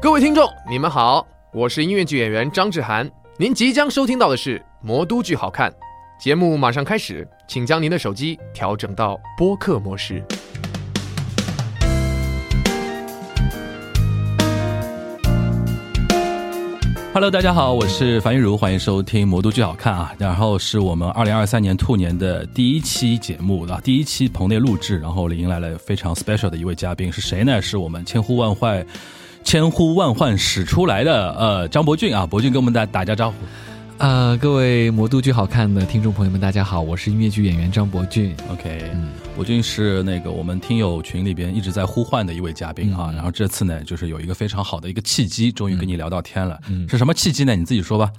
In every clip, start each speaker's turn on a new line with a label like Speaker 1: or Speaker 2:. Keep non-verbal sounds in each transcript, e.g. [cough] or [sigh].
Speaker 1: 各位听众，你们好，我是音乐剧演员张志涵。您即将收听到的是《魔都剧好看》节目，马上开始，请将您的手机调整到播客模式。
Speaker 2: Hello，大家好，我是樊玉茹，欢迎收听《魔都剧好看》啊，然后是我们二零二三年兔年的第一期节目了，第一期棚内录制，然后迎来了非常 special 的一位嘉宾，是谁呢？是我们千呼万唤、千呼万唤始出来的呃张博俊啊，博俊跟我们大打家招呼。
Speaker 3: 呃，各位魔都剧好看的听众朋友们，大家好，我是音乐剧演员张博俊。
Speaker 2: OK，、
Speaker 3: 嗯
Speaker 2: 博俊是那个我们听友群里边一直在呼唤的一位嘉宾啊，
Speaker 3: 嗯
Speaker 2: 然后这次呢，就是有一个非常好的一个契机，终于跟你聊到天了，
Speaker 3: 嗯
Speaker 2: 是什么契机呢？你自己
Speaker 3: [laughs]
Speaker 2: 说吧。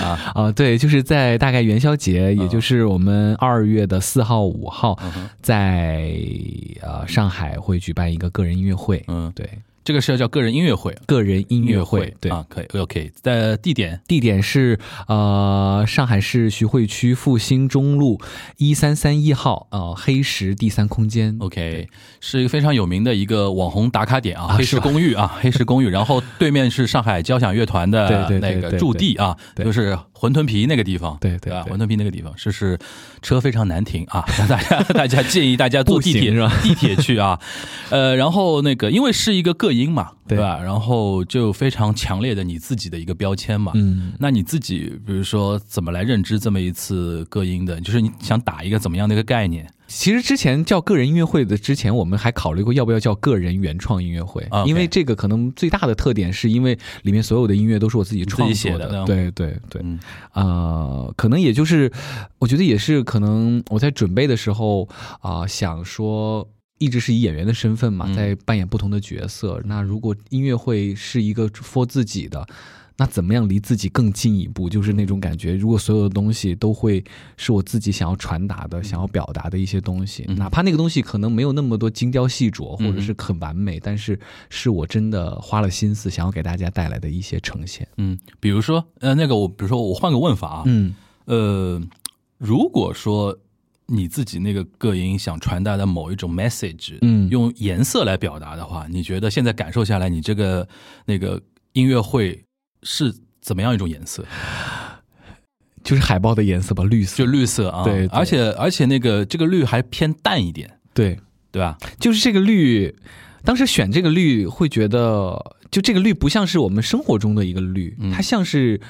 Speaker 2: 啊，
Speaker 3: 啊、对，就是在大概元宵节，也就是我们二月的四号、五号，
Speaker 2: 嗯哼
Speaker 3: 在呃上海会举办一个个人音乐会，
Speaker 2: 嗯，
Speaker 3: 对，
Speaker 2: 这个是要叫个人音乐会，
Speaker 3: 个人音乐会，对。
Speaker 2: 啊，可以，OK，在地点
Speaker 3: 地点是呃上海市徐汇区复兴中路一三三一号呃黑石第三空间。
Speaker 2: ，OK，是一个非常有名的一个网红打卡点啊，
Speaker 3: 啊
Speaker 2: 黑
Speaker 3: 是
Speaker 2: 石
Speaker 3: 吧
Speaker 2: 公寓啊，黑石公寓，然后对面是上海交响乐团的
Speaker 3: 对对对
Speaker 2: 那
Speaker 3: 对
Speaker 2: 个
Speaker 3: 对
Speaker 2: 驻地啊，
Speaker 3: 对
Speaker 2: 就是馄饨皮那个地方，
Speaker 3: 对对
Speaker 2: 吧？
Speaker 3: 对
Speaker 2: 馄饨皮那个地方，是是车非常难停
Speaker 3: [laughs]
Speaker 2: 啊，让大家大家建议大家坐
Speaker 3: 步
Speaker 2: 地
Speaker 3: 行
Speaker 2: 铁
Speaker 3: 是吧
Speaker 2: [laughs] 地铁去啊，呃，然后那个因为是一个个音嘛，对
Speaker 3: 对
Speaker 2: 吧？然后就非常强烈的你自己的一个标签嘛，
Speaker 3: 嗯，
Speaker 2: 那你自己，比如说怎么来认知这么一次各音的？就是你想打一个怎么样的一个概念？
Speaker 3: 其实之前叫个人音乐会的之前，我们还考虑过要不要叫个人原创音乐会
Speaker 2: 啊 OK
Speaker 3: 因为这个可能最大的特点是因为里面所有的音乐都是我自己创
Speaker 2: 自己写
Speaker 3: 作
Speaker 2: 的对吧
Speaker 3: 对对对，
Speaker 2: 嗯
Speaker 3: 呃，可能也就是我觉得也是可能我在准备的时候啊、想说。一直是以演员的身份嘛，
Speaker 2: 嗯
Speaker 3: 在扮演不同的角色。那如果音乐会是一个 for 自己的，那怎么样离自己更近一步？就是那种感觉，如果所有的东西都会是我自己想要传达的、想要表达的一些东西，
Speaker 2: 嗯
Speaker 3: 哪怕那个东西可能没有那么多精雕细琢，
Speaker 2: 嗯
Speaker 3: 或者是很完美，但是是我真的花了心思想要给大家带来的一些呈现。
Speaker 2: 嗯，比如说，呃，那个我，比如说我换个问法啊，
Speaker 3: 嗯
Speaker 2: 呃，如果说你自己那个各音想传达的某一种 message，
Speaker 3: 嗯
Speaker 2: 用颜色来表达的话，你觉得现在感受下来，你这个那个音乐会是怎么样一种颜色？
Speaker 3: 就是海报的颜色吧，绿色。
Speaker 2: 就绿色啊，
Speaker 3: 对对
Speaker 2: 而且而且那个这个绿还偏淡一点，
Speaker 3: 对，
Speaker 2: 对吧？
Speaker 3: 就是这个绿，当时选这个绿会觉得，就这个绿不像是我们生活中的一个绿，
Speaker 2: 嗯
Speaker 3: 它像是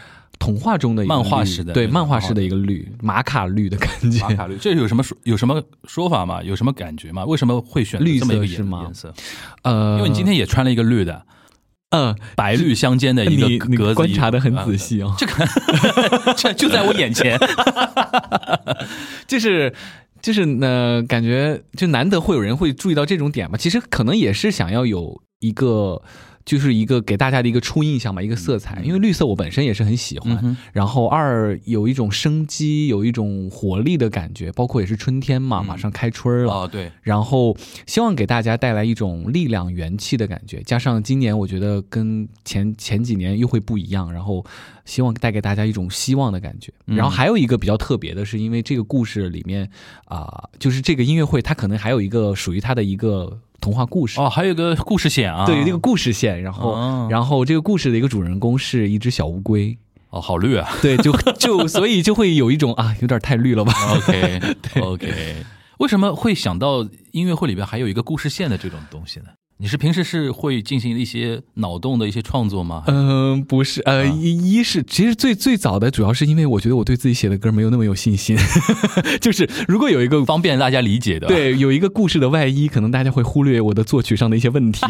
Speaker 3: 童话中的一个绿
Speaker 2: 漫画式的
Speaker 3: 对
Speaker 2: 那种
Speaker 3: 漫画式的一个绿，玛卡绿的感觉。
Speaker 2: 玛卡绿，这有什么说有什么说法吗？有什么感觉吗？为什么会选择
Speaker 3: 绿
Speaker 2: 这么一个
Speaker 3: 色是
Speaker 2: 颜
Speaker 3: 吗
Speaker 2: 颜色？
Speaker 3: 呃，
Speaker 2: 因为你今天也穿了一个绿的，
Speaker 3: 呃，
Speaker 2: 白绿相间的一
Speaker 3: 你
Speaker 2: 个
Speaker 3: 你
Speaker 2: 格子，呃
Speaker 3: 观察的很仔细哦。
Speaker 2: 这个这就在我眼前。
Speaker 3: 就是呃就是呢，感觉就难得会有人会注意到这种点吧。其实可能也是想要有一个。就是一个给大家的一个初印象吧，一个色
Speaker 2: 嗯
Speaker 3: 彩，因为绿色我本身也是很喜欢。
Speaker 2: 嗯哼
Speaker 3: 然后二有一种生机，有一种活力的感觉，包括也是春天嘛，
Speaker 2: 嗯
Speaker 3: 马上开春了。
Speaker 2: 哦，对，
Speaker 3: 然后希望给大家带来一种力量、元气的感觉，加上今年我觉得跟前前几年又会不一样，然后希望带给大家一种希望的感觉。
Speaker 2: 嗯
Speaker 3: 然后还有一个比较特别的是，因为这个故事里面啊、就是这个音乐会，它可能还有一个属于它的一个童话故事，
Speaker 2: 哦，还有一个故事线啊，
Speaker 3: 对这个故事线。然后，
Speaker 2: 哦
Speaker 3: 然后这个故事的一个主人公是一只小乌龟，
Speaker 2: 哦，好绿
Speaker 3: [laughs]
Speaker 2: 啊。
Speaker 3: 对，就就所以就会有一种啊，有点太绿了吧。 [laughs]
Speaker 2: OK OK，为什么会想到音乐会里边还有一个故事线的这种东西呢？你是平时是会进行一些脑洞的一些创作吗？
Speaker 3: 嗯，不是，呃，
Speaker 2: 啊
Speaker 3: 一一是其实最最早的主要是因为我觉得我对自己写的歌没有那么有信心， [laughs] 就是如果有一个
Speaker 2: 方便大家理解的，，
Speaker 3: 呃对有一个故事的外衣，可能大家会忽略我的作曲上的一些
Speaker 2: [laughs]
Speaker 3: 问题。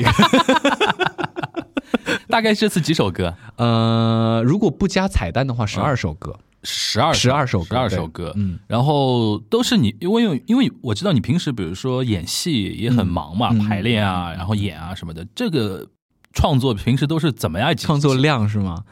Speaker 2: 大概这次几首歌？
Speaker 3: 呃，如果不加彩蛋的话，十二首歌，
Speaker 2: 十二
Speaker 3: 十二首歌，
Speaker 2: 啊十二
Speaker 3: 对
Speaker 2: 首歌，
Speaker 3: 嗯，
Speaker 2: 然后都是你，因为因为我知道你平时比如说演戏也很忙嘛，
Speaker 3: 嗯嗯
Speaker 2: 排练啊，然后演啊什么的，这个创作平时都是怎么样挤
Speaker 3: 创作量是吗？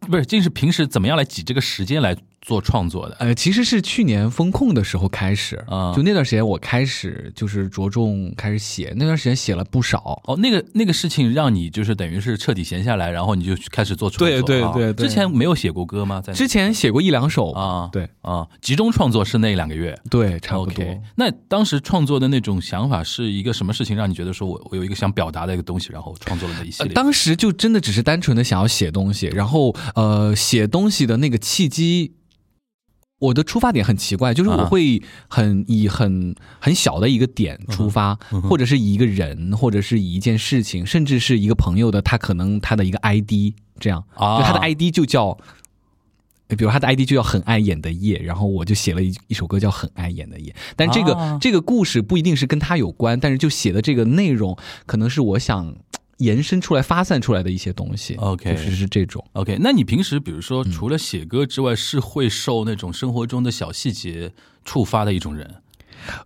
Speaker 2: 不是，就是平时怎么样来挤这个时间来做创作的？
Speaker 3: 呃，其实是去年风控的时候开始
Speaker 2: 啊
Speaker 3: 就那段时间我开始就是着重开始写，那段时间写了不少。
Speaker 2: 哦，那个那个事情让你就是等于是彻底闲下来，然后你就去开始做创作。
Speaker 3: 对对
Speaker 2: 啊
Speaker 3: 对对
Speaker 2: 之前没有写过歌吗？在那
Speaker 3: 之前写过一两首，
Speaker 2: 啊
Speaker 3: 对
Speaker 2: 啊，集中创作是那两个月，
Speaker 3: 对，差不多。呃
Speaker 2: OK，那当时创作的那种想法是一个什么事情让你觉得说我我有一个想表达的一个东西，然后创作了那一系
Speaker 3: 呃
Speaker 2: 列？
Speaker 3: 当时就真的只是单纯的想要写东西，然后呃，写东西的那个契机，我的出发点很奇怪，就是我
Speaker 2: 啊
Speaker 3: 会很以很很小的一个点
Speaker 2: 嗯
Speaker 3: 出发，或者是以一个人，或者是以一件事情，甚至是一个朋友的他可能他的一个 ID 这样，
Speaker 2: 啊
Speaker 3: 就他的 ID 就叫。呃比如他的 ID 就叫很碍眼的夜，然后我就写了一一首歌叫很碍眼的夜，但这个、
Speaker 2: 啊
Speaker 3: 这个故事不一定是跟他有关，但是就写的这个内容可能是我想延伸出来、发散出来的一些东西。
Speaker 2: OK
Speaker 3: 就是是这种。
Speaker 2: OK，那你平时比如说
Speaker 3: 嗯
Speaker 2: 除了写歌之外，是会受那种生活中的小细节触发的一种人，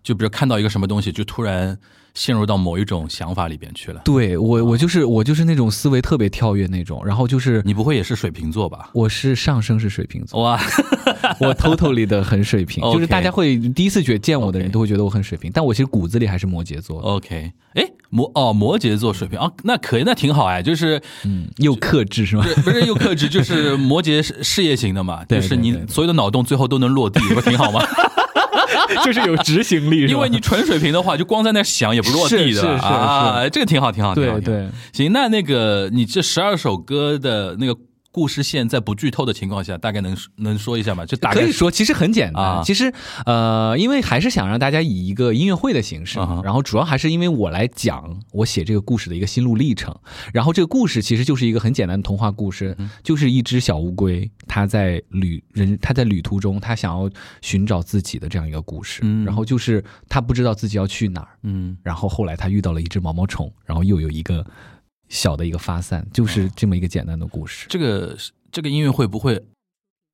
Speaker 2: 就比如看到一个什么东西，就突然陷入到某一种想法里边去了。
Speaker 3: 对我，我就是我就是那种思维特别跳跃那种，然后就是
Speaker 2: 你不会也是水瓶座吧？
Speaker 3: 我是上升是水瓶座，
Speaker 2: 哇，
Speaker 3: 我 totally 的很水 [laughs] 瓶，
Speaker 2: OK
Speaker 3: 就是大家会第一次觉得见我的人
Speaker 2: OK
Speaker 3: 都会觉得我很水瓶，但我其实骨子里还是摩羯座的，
Speaker 2: OK，哎，摩哦摩羯座水平哦，那可以，那挺好哎，就是
Speaker 3: 嗯，又克制是吗？
Speaker 2: 对不是又克制，就是摩羯事事业型的嘛，
Speaker 3: [laughs] 对
Speaker 2: 就是
Speaker 3: 对对
Speaker 2: 你
Speaker 3: 对
Speaker 2: 所有的脑洞最后都能
Speaker 3: [laughs]
Speaker 2: 落地，不是挺好吗？
Speaker 3: [laughs] 就是有执行力
Speaker 2: 因为你纯水平的话，就光在那想也不落地的
Speaker 3: 是是是
Speaker 2: 啊，这个挺好，挺好，挺好
Speaker 3: [laughs] 对。
Speaker 2: 挺好
Speaker 3: 对，
Speaker 2: 行，那那个你这十二首歌的那个故事线，在不剧透的情况下，大概能能说一下吗？就大概
Speaker 3: 可以说其实很简单。
Speaker 2: 啊
Speaker 3: 其实呃，因为还是想让大家以一个音乐会的形式，
Speaker 2: 啊哈
Speaker 3: 然后主要还是因为我来讲我写这个故事的一个心路历程。然后这个故事其实就是一个很简单的童话故事，
Speaker 2: 嗯
Speaker 3: 就是一只小乌龟，它在旅人它在旅途中，它想要寻找自己的这样一个故事。
Speaker 2: 嗯
Speaker 3: 然后就是它不知道自己要去哪儿，
Speaker 2: 嗯，
Speaker 3: 然后后来它遇到了一只毛毛虫，然后又有一个小的一个发散，
Speaker 2: 哦
Speaker 3: 就是这么一个简单的故事。
Speaker 2: 这个这个音乐会不会？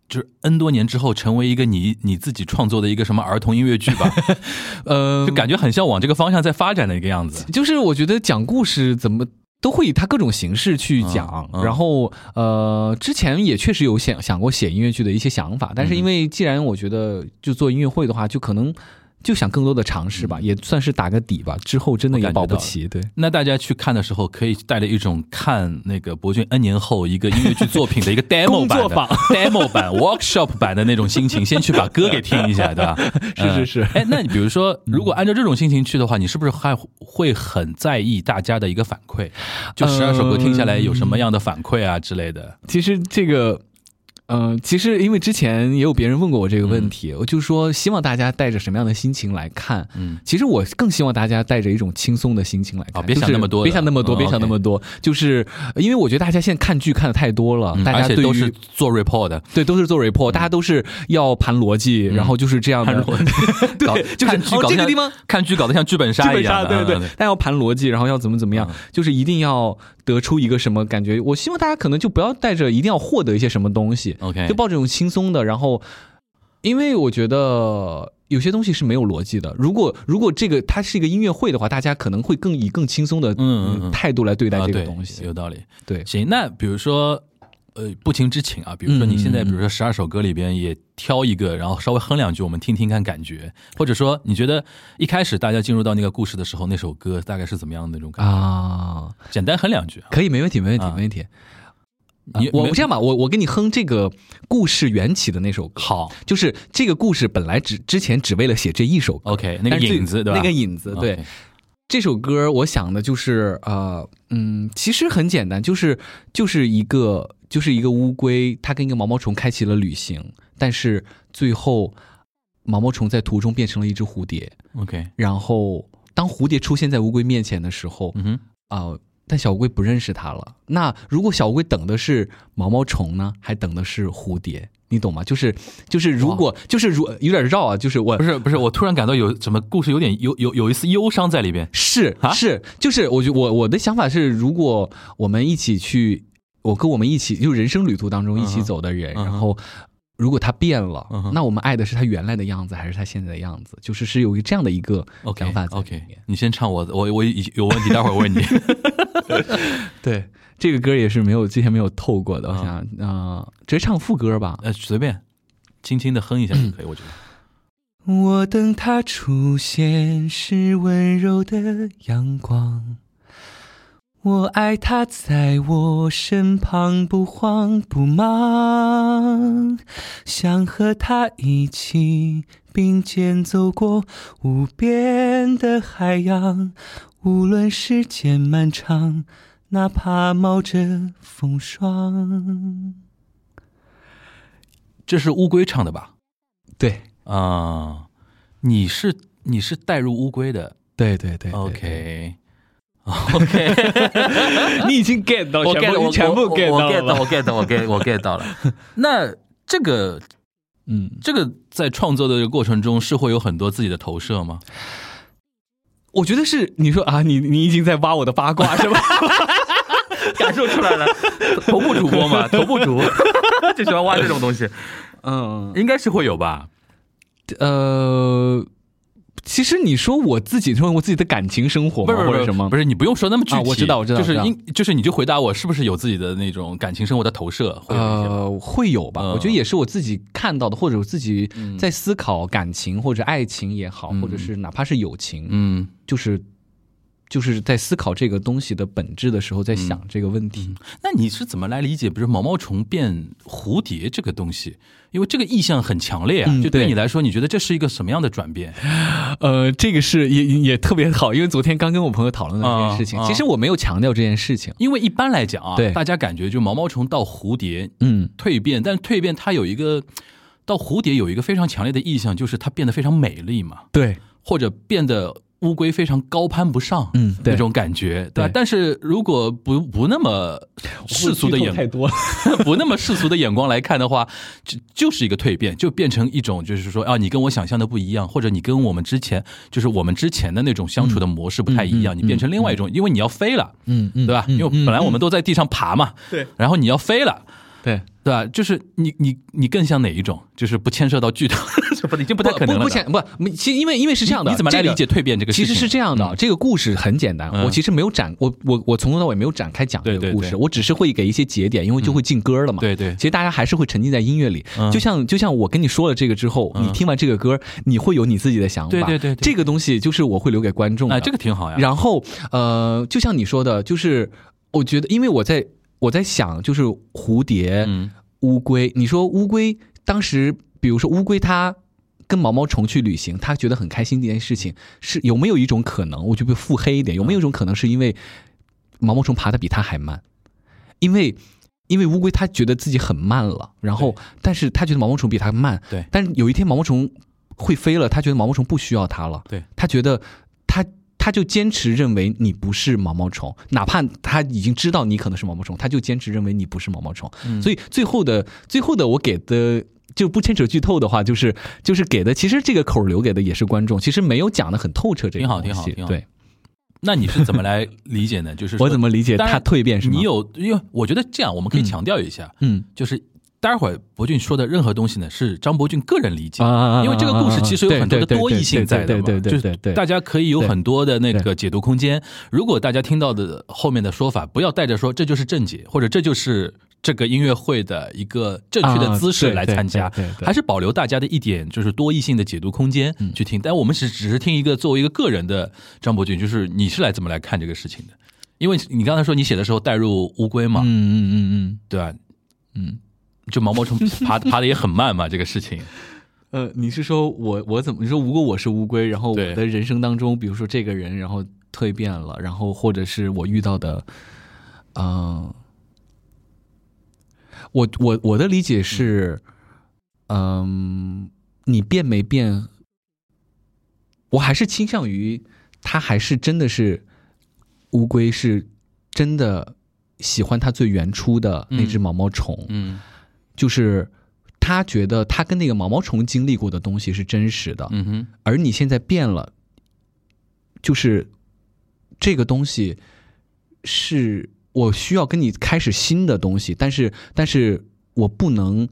Speaker 2: 就是 N 多年之后成为一个你你自己创作的一个什么儿童音乐剧
Speaker 3: [laughs]
Speaker 2: 吧，
Speaker 3: 呃
Speaker 2: 就感觉很像往这个方向在发展的一个样子。
Speaker 3: 就是我觉得讲故事怎么。都会以它各种形式去讲
Speaker 2: 嗯，嗯
Speaker 3: 然后呃，之前也确实有想想过写音乐剧的一些想法，
Speaker 2: 嗯
Speaker 3: 但是因为既然我觉得就做音乐会的话，就可能就想更多的尝试
Speaker 2: 嗯
Speaker 3: 吧，也算是打个底吧。之后真的也保不齐，对，
Speaker 2: 那大家去看的时候，可以带着一种看那个博君 N 年后一个音乐剧作品的
Speaker 3: [laughs]
Speaker 2: 一个 demo
Speaker 3: 工
Speaker 2: 版
Speaker 3: 作
Speaker 2: 的
Speaker 3: 坊
Speaker 2: [laughs] demo 版 workshop 版的那种心情，先 [laughs] 去把歌给听一下，对吧？
Speaker 3: [laughs] 是是是
Speaker 2: 嗯哎，那你比如说，如果按照这种心情去的话，你是不是还会很在意大家的一个反
Speaker 3: 嗯
Speaker 2: 馈？就十二首歌听下来有什么样的反馈啊之类的？
Speaker 3: 其实这个，呃，其实因为之前也有别人问过我这个
Speaker 2: 嗯
Speaker 3: 问题，我就说希望大家带着什么样的心情来看。
Speaker 2: 嗯，
Speaker 3: 其实我更希望大家带着一种轻松的心情来看，
Speaker 2: 啊别想
Speaker 3: 就是
Speaker 2: 那么多了
Speaker 3: 别想那么多，
Speaker 2: 嗯
Speaker 3: 别想那么多。就是呃因为我觉得大家现在看剧看的太多了，
Speaker 2: 嗯
Speaker 3: 大
Speaker 2: 而
Speaker 3: 家
Speaker 2: 且
Speaker 3: 对于
Speaker 2: 都是嗯做 report 的，
Speaker 3: 对都是做 report，、大家都是要盘逻辑，
Speaker 2: 嗯
Speaker 3: 然后就是这样的。
Speaker 2: 搞
Speaker 3: [laughs] 对，就是
Speaker 2: 看剧搞得
Speaker 3: 哦这个
Speaker 2: 像
Speaker 3: 地方
Speaker 2: 看剧搞得像剧本
Speaker 3: 基
Speaker 2: 杀
Speaker 3: 本
Speaker 2: 一样
Speaker 3: 上
Speaker 2: 的，
Speaker 3: 对对
Speaker 2: 嗯
Speaker 3: 对，但要盘逻辑，然后要怎么怎么样，就是一定要得出一个什么感觉。我希望大家可能就不要带着一定要获得一些什么东西，
Speaker 2: 嗯 OK，
Speaker 3: 就抱着一种轻松的，然后，因为我觉得有些东西是没有逻辑的。如果如果这个它是一个音乐会的话，大家可能会更以更轻松的
Speaker 2: 嗯嗯嗯
Speaker 3: 态度来对待
Speaker 2: 啊
Speaker 3: 这个
Speaker 2: 对
Speaker 3: 东西。
Speaker 2: 有道理。
Speaker 3: 对，
Speaker 2: 行，那比如说，呃，不情之请啊，比如说你现在，
Speaker 3: 嗯嗯嗯
Speaker 2: 比如说十二首歌里边也挑一个，然后稍微哼两句，我们听听看感觉，或者说你觉得一开始大家进入到那个故事的时候，那首歌大概是怎么样的那种感觉？
Speaker 3: 啊，
Speaker 2: 简单哼两句啊，
Speaker 3: 可以，没问题，没问题，
Speaker 2: 啊
Speaker 3: 没问题。啊
Speaker 2: 你
Speaker 3: 我
Speaker 2: 没
Speaker 3: 我这样吧，我我给你哼这个故事缘起的那首歌，
Speaker 2: 好
Speaker 3: 就是这个故事本来只之前只为了写这一首歌，
Speaker 2: ，OK，那个哦
Speaker 3: 但是最
Speaker 2: 影子对吧？嗯
Speaker 3: 那个影子，对，
Speaker 2: OK，
Speaker 3: 这首歌我想的就是呃嗯，其实很简单，就是就是一个就是一个乌龟，它跟一个毛毛虫开启了旅行，但是最后毛毛虫在途中变成了一只蝴蝶，
Speaker 2: ，OK，
Speaker 3: 然后当蝴蝶出现在乌龟面前的时候，
Speaker 2: 嗯哼，
Speaker 3: 啊、但小乌龟不认识它了。那如果小乌龟等的是毛毛虫呢，还等的是蝴蝶，你懂吗？就是就是如果就是如有点绕啊，就是我
Speaker 2: 不是不是，我突然感到有什么故事有点有有有一丝忧伤在里边。
Speaker 3: 是
Speaker 2: 啊
Speaker 3: 是，就是我觉我我的想法是，如果我们一起去，我跟我们一起就人生旅途当中一
Speaker 2: 嗯
Speaker 3: 起
Speaker 2: 哼
Speaker 3: 走的人，
Speaker 2: 嗯
Speaker 3: 然
Speaker 2: 哼
Speaker 3: 后如果他变了，
Speaker 2: 嗯哼
Speaker 3: 那我们爱的是他原来的样子，还是他现在的样子？就是是有一个这样的一个
Speaker 2: OK
Speaker 3: 想法在里
Speaker 2: OK，
Speaker 3: 面
Speaker 2: 你先唱我我我有有问题，待会儿问 [laughs] 你。
Speaker 3: 对，这个歌也是没有之前没有透过的，我
Speaker 2: 嗯
Speaker 3: 想啊、呃直接唱副歌吧。
Speaker 2: 呃，随便轻轻的哼一下就可以，我觉得。
Speaker 4: 我等他出现是温柔的阳光，我爱他在我身旁不慌不忙，想和他一起并肩走过无边的海洋，无论时间漫长，哪怕冒着风霜。
Speaker 2: 这是乌龟唱的吧？
Speaker 4: 对
Speaker 2: 啊、你是你是带入乌龟的
Speaker 3: 对对对对
Speaker 2: OK
Speaker 3: [laughs]
Speaker 2: OK，
Speaker 3: 你已经 get 到
Speaker 2: 我 get
Speaker 3: 部
Speaker 2: 我
Speaker 3: 全部
Speaker 2: 我
Speaker 3: get
Speaker 2: 我
Speaker 3: 到
Speaker 2: get
Speaker 3: 了
Speaker 2: 到
Speaker 3: 吧，
Speaker 2: 我 get 到我 get 我 get 到
Speaker 3: [laughs]
Speaker 2: 了。那这个
Speaker 3: 嗯，
Speaker 2: 这个在创作的这个过程中是会有很多自己的投射
Speaker 3: [laughs]
Speaker 2: 吗？
Speaker 3: 我觉得是你说啊，你你已经在挖我的八
Speaker 2: [laughs]
Speaker 3: 卦是吧？
Speaker 2: 感受出来了， [laughs] 头部主播
Speaker 3: [laughs]
Speaker 2: 嘛，头部主播就喜欢挖这种东西，
Speaker 3: 嗯，
Speaker 2: 应该是会有吧？
Speaker 3: 呃，其实你说我自己，说我自己的感情生活
Speaker 2: 不
Speaker 3: 吗
Speaker 2: 是不
Speaker 3: 或
Speaker 2: 是
Speaker 3: 者什么？
Speaker 2: 不是你不用说那么具体，
Speaker 3: 啊我知道我知道
Speaker 2: 就是
Speaker 3: 我知道
Speaker 2: 应就是你就回答我是不是有自己的那种感情生活的投射，会有一些吗
Speaker 3: 呃，会有吧？
Speaker 2: 嗯
Speaker 3: 我觉得也是我自己看到的，或者我自己在思考感情或者爱情也好，
Speaker 2: 嗯
Speaker 3: 或者是哪怕是友情，
Speaker 2: 嗯，
Speaker 3: 就是就是在思考这个东西的本质的时候，在
Speaker 2: 嗯
Speaker 3: 想这个问题。
Speaker 2: 那你是怎么来理解，比如毛毛虫变蝴蝶这个东西？因为这个意象很强烈啊，
Speaker 3: 嗯
Speaker 2: 就对
Speaker 3: 对
Speaker 2: 你来说，你觉得这是一个什么样的转变？
Speaker 3: 呃，这个是也也特别好，因为昨天刚跟我朋友讨论了这件事情，
Speaker 2: 啊啊
Speaker 3: 其实我没有强调这件事情。
Speaker 2: 因为一般来讲啊，
Speaker 3: 对
Speaker 2: 大家感觉就毛毛虫到蝴蝶
Speaker 3: 嗯，
Speaker 2: 蜕变，但是蜕变它有一个到蝴蝶有一个非常强烈的意象，就是它变得非常美丽嘛，
Speaker 3: 对，
Speaker 2: 或者变得。乌龟非常高攀不上，
Speaker 3: 嗯对
Speaker 2: 那种感觉，对吧
Speaker 3: 对
Speaker 2: 但是如果不不那么世俗的眼
Speaker 3: 太多了。
Speaker 2: [laughs] 不那么世俗的眼光来看的话，就就是一个蜕变，就变成一种就是说啊，你跟我想象的不一样，或者你跟我们之前就是我们之前的那种相处的模式不太一样，
Speaker 3: 嗯嗯嗯
Speaker 2: 你变成另外一种，因为你要飞了，
Speaker 3: 嗯嗯，
Speaker 2: 对吧？
Speaker 3: 嗯
Speaker 2: 因为本来我们都在地上爬嘛，
Speaker 3: 对，
Speaker 2: 然后你要飞了。
Speaker 3: 对，
Speaker 2: 对吧？就是你你你更像哪一种？就是不牵涉到 [laughs] 剧透，这不已经不太可能了
Speaker 3: 不
Speaker 2: 吧。
Speaker 3: 不想不，不其实因为因为是这样的，
Speaker 2: 你你怎么来
Speaker 3: 这个
Speaker 2: 理解蜕变这个事
Speaker 3: 其
Speaker 2: 情
Speaker 3: 实是这样的，这个故事很简单，
Speaker 2: 嗯
Speaker 3: 我其实没有展，我我我从头到尾没有展开讲这
Speaker 2: 对
Speaker 3: 个
Speaker 2: 对
Speaker 3: 故事，
Speaker 2: 对嗯
Speaker 3: 我只是会给一些节点，因为就会进歌了嘛。
Speaker 2: 对对
Speaker 3: 其实大家还是会沉浸在音乐里，
Speaker 2: 嗯
Speaker 3: 就像就像我跟你说了这个之后，你听完这个歌，你会有你自己的想法。
Speaker 2: 对对对对
Speaker 3: 这个东西就是我会留给观众的。
Speaker 2: 哎，这个挺好呀。
Speaker 3: 然后呃，就像你说的，就是我觉得，因为我在我在想，就是蝴蝶、
Speaker 2: 嗯
Speaker 3: 乌龟，你说乌龟当时，比如说乌龟它。跟毛毛虫去旅行，它觉得很开心这件事情，是有没有一种可能？我就被腹黑一
Speaker 2: 嗯
Speaker 3: 点，有没有一种可能是因为毛毛虫爬的比它还慢？因为因为乌龟它觉得自己很慢了，然后但是它觉得毛毛虫比它慢，
Speaker 2: 对
Speaker 3: 但是有一天毛毛虫会飞了，它觉得毛毛虫不需要它了，
Speaker 2: 对，
Speaker 3: 它觉得它它就坚持认为你不是毛毛虫，哪怕它已经知道你可能是毛毛虫，它就坚持认为你不是毛毛虫，
Speaker 2: 嗯
Speaker 3: 所以最后的最后的我给的。就不牵扯剧透的话，就是就是给的，其实这个口儿留给的也是观众，其实没有讲的很透彻这个
Speaker 2: 挺好
Speaker 3: 东
Speaker 2: 挺好
Speaker 3: 西
Speaker 2: 挺好
Speaker 3: 对
Speaker 2: 那你是怎么来理解呢？就是说
Speaker 3: 我怎么理解
Speaker 2: 当然
Speaker 3: 它蜕变是吗？
Speaker 2: 你有，因为我觉得这样我们可以
Speaker 3: 嗯
Speaker 2: 强调一下，
Speaker 3: 嗯
Speaker 2: 就是待会儿博俊说的任何东西呢，是张博俊个人理解
Speaker 3: 啊，啊啊啊啊
Speaker 2: 因为这个故事其实有很多的
Speaker 3: 对对对
Speaker 2: 多义性在的嘛，
Speaker 3: 对对对
Speaker 2: 就
Speaker 3: 对
Speaker 2: 是
Speaker 3: 对对
Speaker 2: 大家可以有
Speaker 3: 对
Speaker 2: 很多的那个
Speaker 3: 对
Speaker 2: 解读空间。如果大家听到的后面的说法，不要带着说这就是正解，或者这就是。这个音乐会的一个正确的
Speaker 3: 啊
Speaker 2: 姿势
Speaker 3: 对
Speaker 2: 来
Speaker 3: 对
Speaker 2: 参加
Speaker 3: 对对，嗯对
Speaker 2: 还是保留大家的一点就是多义性的解读空间去听。但我们是只是听一个作为一个个人的张博俊，就是你是来怎么来看这个事情的？因为你刚才说你写的时候带入乌龟嘛，
Speaker 3: 嗯嗯嗯嗯，
Speaker 2: 对吧？嗯，就毛毛虫爬 [laughs] 爬的也很慢嘛，这个事情。
Speaker 3: 呃，你是说我我怎么？你说如果我是乌龟，然后我
Speaker 2: 对
Speaker 3: 的人生当中，比如说这个人，然后蜕变了，然后或者是我遇到的，嗯、我我我的理解是，嗯、你变没变？我还是倾向于他还是真的是乌龟，是真的喜欢它最原初的那只
Speaker 2: 嗯
Speaker 3: 毛毛虫，
Speaker 2: 嗯
Speaker 3: 就是他觉得他跟那个毛毛虫经历过的东西是真实的，
Speaker 2: 嗯哼，
Speaker 3: 而你现在变了，就是这个东西是我需要跟你开始新的东西，但是但是我不能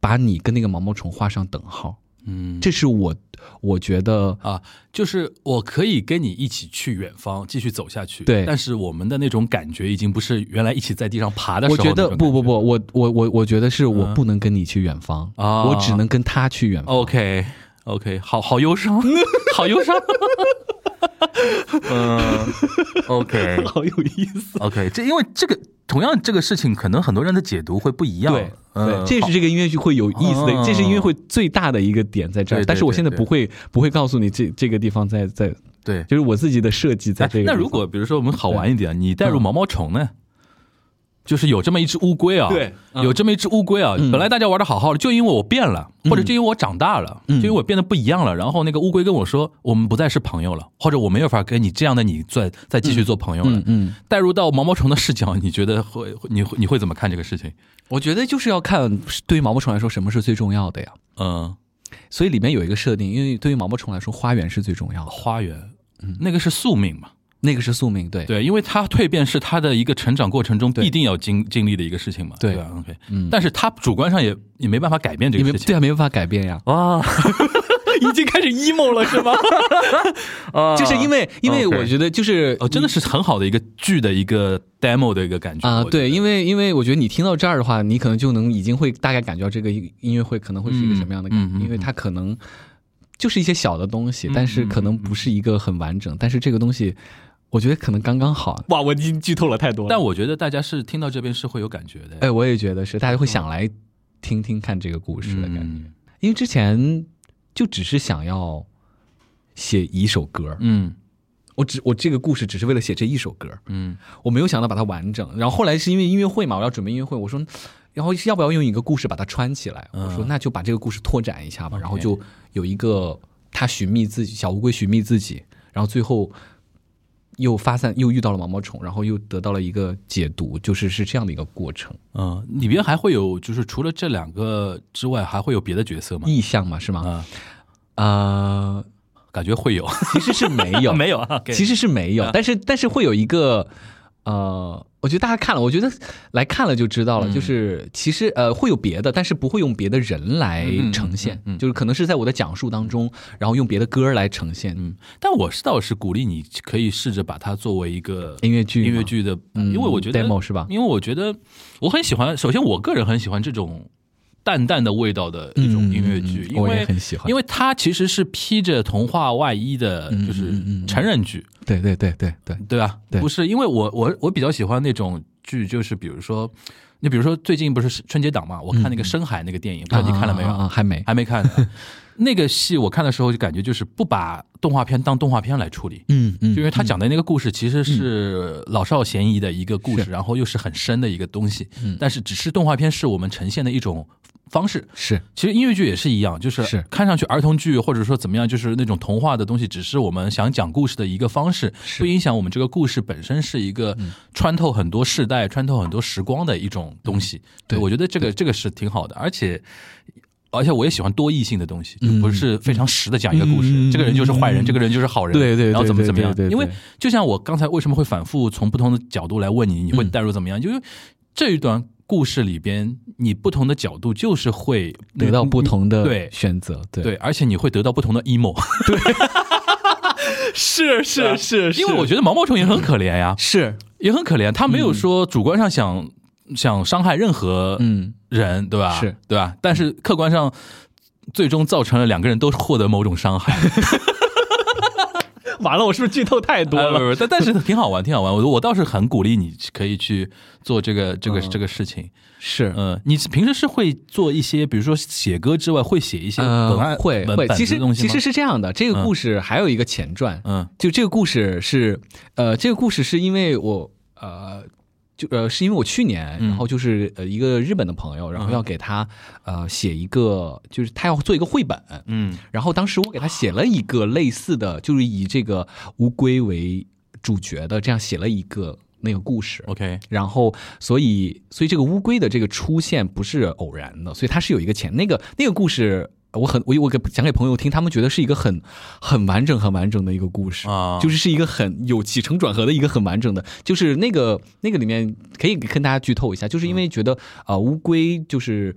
Speaker 3: 把你跟那个毛毛虫画上等号，
Speaker 2: 嗯，
Speaker 3: 这是我我觉得
Speaker 2: 啊，就是我可以跟你一起去远方，继续走下去。
Speaker 3: 对
Speaker 2: 但是我们的那种感觉已经不是原来一起在地上爬的时
Speaker 3: 我
Speaker 2: 候
Speaker 3: 觉
Speaker 2: 那种感。
Speaker 3: 得不不不，我我我我觉得是我
Speaker 2: 嗯
Speaker 3: 不能跟你去远方，
Speaker 2: 啊哦
Speaker 3: 我只能跟他去远
Speaker 2: [laughs]
Speaker 3: 方。
Speaker 2: ，OK OK，好好忧
Speaker 3: [laughs]
Speaker 2: 伤，好忧伤。
Speaker 5: 嗯，OK
Speaker 3: 好有意思，
Speaker 5: OK，这因为这个同样这个事情，可能很多人的解读会不一样。
Speaker 3: 对
Speaker 5: 嗯，
Speaker 3: 这是这个音乐剧会有意思的，
Speaker 5: 哦
Speaker 3: 这是音乐会最大的一个点在这
Speaker 5: 对
Speaker 3: 儿。
Speaker 5: 对
Speaker 3: 但是我
Speaker 5: 对
Speaker 3: 现在
Speaker 5: 对
Speaker 3: 不会不会告诉你这这个地方在在，
Speaker 5: 对
Speaker 3: 就是我自己的设计在这个地
Speaker 2: 哎那
Speaker 3: 方。
Speaker 2: 如果比如说我们好玩一点，你带入毛毛虫呢？就是有这么一只乌龟啊，
Speaker 3: 对
Speaker 2: 有这么一只乌龟啊。
Speaker 3: 嗯
Speaker 2: 本来大家玩的好好的，就因为我变了，或者就因为我长大了，
Speaker 3: 嗯
Speaker 2: 就因为我变得不一样了。然后那个乌龟跟我说，我们不再是朋友了，或者我没有法跟你这样的你再再继续做朋友了。
Speaker 3: 嗯，
Speaker 2: 带入到毛毛虫的视角，你觉得会会你会你会怎么看这个事情？
Speaker 3: 我觉得就是要看对于毛毛虫来说什么是最重要的呀。
Speaker 2: 嗯，
Speaker 3: 所以里面有一个设定，因为对于毛毛虫来说，花园是最重要的，
Speaker 2: 花园，
Speaker 3: 嗯
Speaker 2: 那个是宿命嘛？
Speaker 3: 那个是宿命。对，
Speaker 2: 对，因为他蜕变是他的一个成长过程中
Speaker 3: 对
Speaker 2: 必定要经经历的一个事情嘛。
Speaker 3: 对
Speaker 2: 吧？OK，
Speaker 3: 嗯
Speaker 2: 但是他主观上也也没办法改变这
Speaker 3: 你
Speaker 2: 个
Speaker 3: 们
Speaker 2: 事情
Speaker 3: 对。啊，没办法改变呀。
Speaker 5: 啊
Speaker 2: 已经开始 emo 了
Speaker 4: [laughs]
Speaker 2: 是吗？
Speaker 5: 啊，
Speaker 3: 就是因为，因为
Speaker 5: OK
Speaker 3: 我觉得就是
Speaker 2: 哦，真的是很好的一个剧的一个 demo 的一个感觉
Speaker 3: 啊，对，因
Speaker 2: 为
Speaker 3: 为因为我觉得你听到这儿的话，你可能就能已经会大概感觉到这个音音乐会可能会是一个什么样的感觉，
Speaker 2: 嗯嗯嗯
Speaker 3: 因为它可能就是一些小的东西，
Speaker 2: 嗯
Speaker 3: 但是可能不是一个很完整，但是这个东西我觉得可能刚刚好。哇，我已经剧透了太多
Speaker 2: 但我觉得大家是听到这边是会有感觉的，
Speaker 3: 哎，我也觉得是，大家会想来听听看这个故事的感觉，
Speaker 2: 嗯
Speaker 3: 因为之前就只是想要写一首歌，
Speaker 2: 嗯
Speaker 3: 我只我这个故事只是为了写这一首歌，
Speaker 2: 嗯
Speaker 3: 我没有想到把它完整。然后后来是因为音乐会嘛，我要准备音乐会，我说，然后要不要用一个故事把它穿起来？
Speaker 2: 嗯
Speaker 3: 我说那就把这个故事拓展一下吧。然后就有一个他寻觅自己，小乌龟寻觅自己，然后最后又发散，又遇到了毛毛虫，然后又得到了一个解读，就是是这样的一个过程。
Speaker 2: 嗯，里边还会有就是除了这两个之外，还会有别的角色吗？
Speaker 3: 意象嘛，是吗？
Speaker 2: 啊，
Speaker 3: 呃，
Speaker 2: 感觉会有， [laughs]
Speaker 3: [laughs] 其实是没有，
Speaker 2: 没有
Speaker 3: [laughs]
Speaker 2: 啊？
Speaker 3: 其实是没有，但是但是会有一个呃，我觉得大家看了，我觉得来看了就知道了，
Speaker 2: 嗯
Speaker 3: 就是其实呃会有别的，但是不会用别的人来呈现，
Speaker 2: 嗯嗯嗯嗯
Speaker 3: 就是可能是在我的讲述当中，然后用别的歌来呈现、
Speaker 2: 嗯，但我是倒是鼓励你可以试着把它作为一个
Speaker 3: 音乐剧嘛，
Speaker 2: 音乐剧的，
Speaker 3: 嗯，
Speaker 2: 因为我觉得
Speaker 3: demo 是吧？
Speaker 2: 因为我觉得我很喜欢，首先我个人很喜欢这种淡淡的味道的一种音乐剧，
Speaker 3: 嗯嗯嗯
Speaker 2: 因
Speaker 3: 我
Speaker 2: 为
Speaker 3: 也很喜欢
Speaker 2: 因为它其实是披着童话外衣的，
Speaker 3: 嗯
Speaker 2: 就是
Speaker 3: 嗯嗯嗯
Speaker 2: 成人剧，
Speaker 3: 对对对对对，
Speaker 2: 对吧？
Speaker 3: 对
Speaker 2: 不是，因为我我我比较喜欢那种剧，就是比如说，你比如说最近不是春节档嘛，我看那个
Speaker 3: 嗯嗯
Speaker 2: 深海那个电影，不知道你看了没有？
Speaker 3: 啊啊啊还没。
Speaker 2: 还没看呢。 [laughs] 那个戏我看的时候就感觉就是不把动画片当动画片来处理，
Speaker 3: 嗯嗯，
Speaker 2: 就因为他讲的那个故事其实是老少咸宜的一个故事，然后又是很深的一个东西。
Speaker 3: 嗯
Speaker 2: 但是只是动画片是我们呈现的一种方式。
Speaker 3: 是
Speaker 2: 其实音乐剧也是一样，就是
Speaker 3: 是
Speaker 2: 看上去儿童剧或者说怎么样，就是那种童话的东西，只是我们想讲故事的一个方式，
Speaker 3: 是嗯
Speaker 2: 不影响我们这个故事本身是一个穿透很多世代、穿透很多时光的一种东西。
Speaker 3: 嗯对
Speaker 2: 我觉得这个这个是挺好的，而且。而且我也喜欢多义性的东西，就
Speaker 3: 嗯
Speaker 2: 不是非常实的讲一个故事。
Speaker 3: 嗯
Speaker 2: 这个人就是坏人，这个人就是好人，
Speaker 3: 对对
Speaker 2: 然后
Speaker 3: 对
Speaker 2: 怎么
Speaker 3: 对
Speaker 2: 怎么样
Speaker 3: 对对？对
Speaker 2: 因为就像我刚才为什么会反复从不同的角度来问你，你会带入怎么
Speaker 3: 嗯
Speaker 2: 样？就是这一段故事里边，你不同的角度就是会
Speaker 3: 得到不同的
Speaker 2: 对
Speaker 3: 选择，对
Speaker 2: 对，而且你会得到不同的 emo，
Speaker 3: 是是 [laughs] 是
Speaker 2: 因为我觉得毛毛虫也很可怜呀，
Speaker 3: 是
Speaker 2: 也很可怜，他没有说主观上想想伤害任何
Speaker 3: 嗯
Speaker 2: 人，对吧？
Speaker 3: 是，
Speaker 2: 对吧？但是客观上。最终造成了两个人都获得某种伤害，
Speaker 3: 完了，我是不是剧透太 [laughs] 多
Speaker 2: 呃不 [laughs] 不不但但是挺好
Speaker 3: [laughs]
Speaker 2: 玩，挺好玩。我我倒是很鼓励你可以去做这个这个这个事情。
Speaker 3: 是
Speaker 2: 嗯，你平时是会做一些，比如说写歌之外，会写一些
Speaker 3: 呃
Speaker 2: 文案、
Speaker 3: 会
Speaker 2: 文
Speaker 3: 会，
Speaker 2: 本
Speaker 3: 其
Speaker 2: 子
Speaker 3: 实
Speaker 2: 的东西
Speaker 3: 其
Speaker 2: 吗
Speaker 3: 实是这样的，这个
Speaker 2: 嗯
Speaker 3: 故事还有一个前传，
Speaker 2: 嗯
Speaker 3: 就这个故事是，呃，这个故事是因为我呃。就呃，是因为我去年，
Speaker 2: 嗯
Speaker 3: 然后就是呃一个日本的朋友，然后要给他呃写一个，就是他要做一个绘本，
Speaker 2: 嗯
Speaker 3: 然后当时我给他写了一个类似的，就是以这个乌龟为主角的，这样写了一个那个故事，
Speaker 2: ，OK，
Speaker 3: 然后，所以，所以这个乌龟的这个出现不是偶然的，所以它是有一个前那个那个故事，我很我我给讲给朋友听，他们觉得是一个很很完整、很完整的一个故事，
Speaker 2: 啊
Speaker 3: 就是是一个很有起承转合的一个很完整的，就是那个那个里面可以跟大家剧透一下，就是因为觉得啊、呃乌龟就是。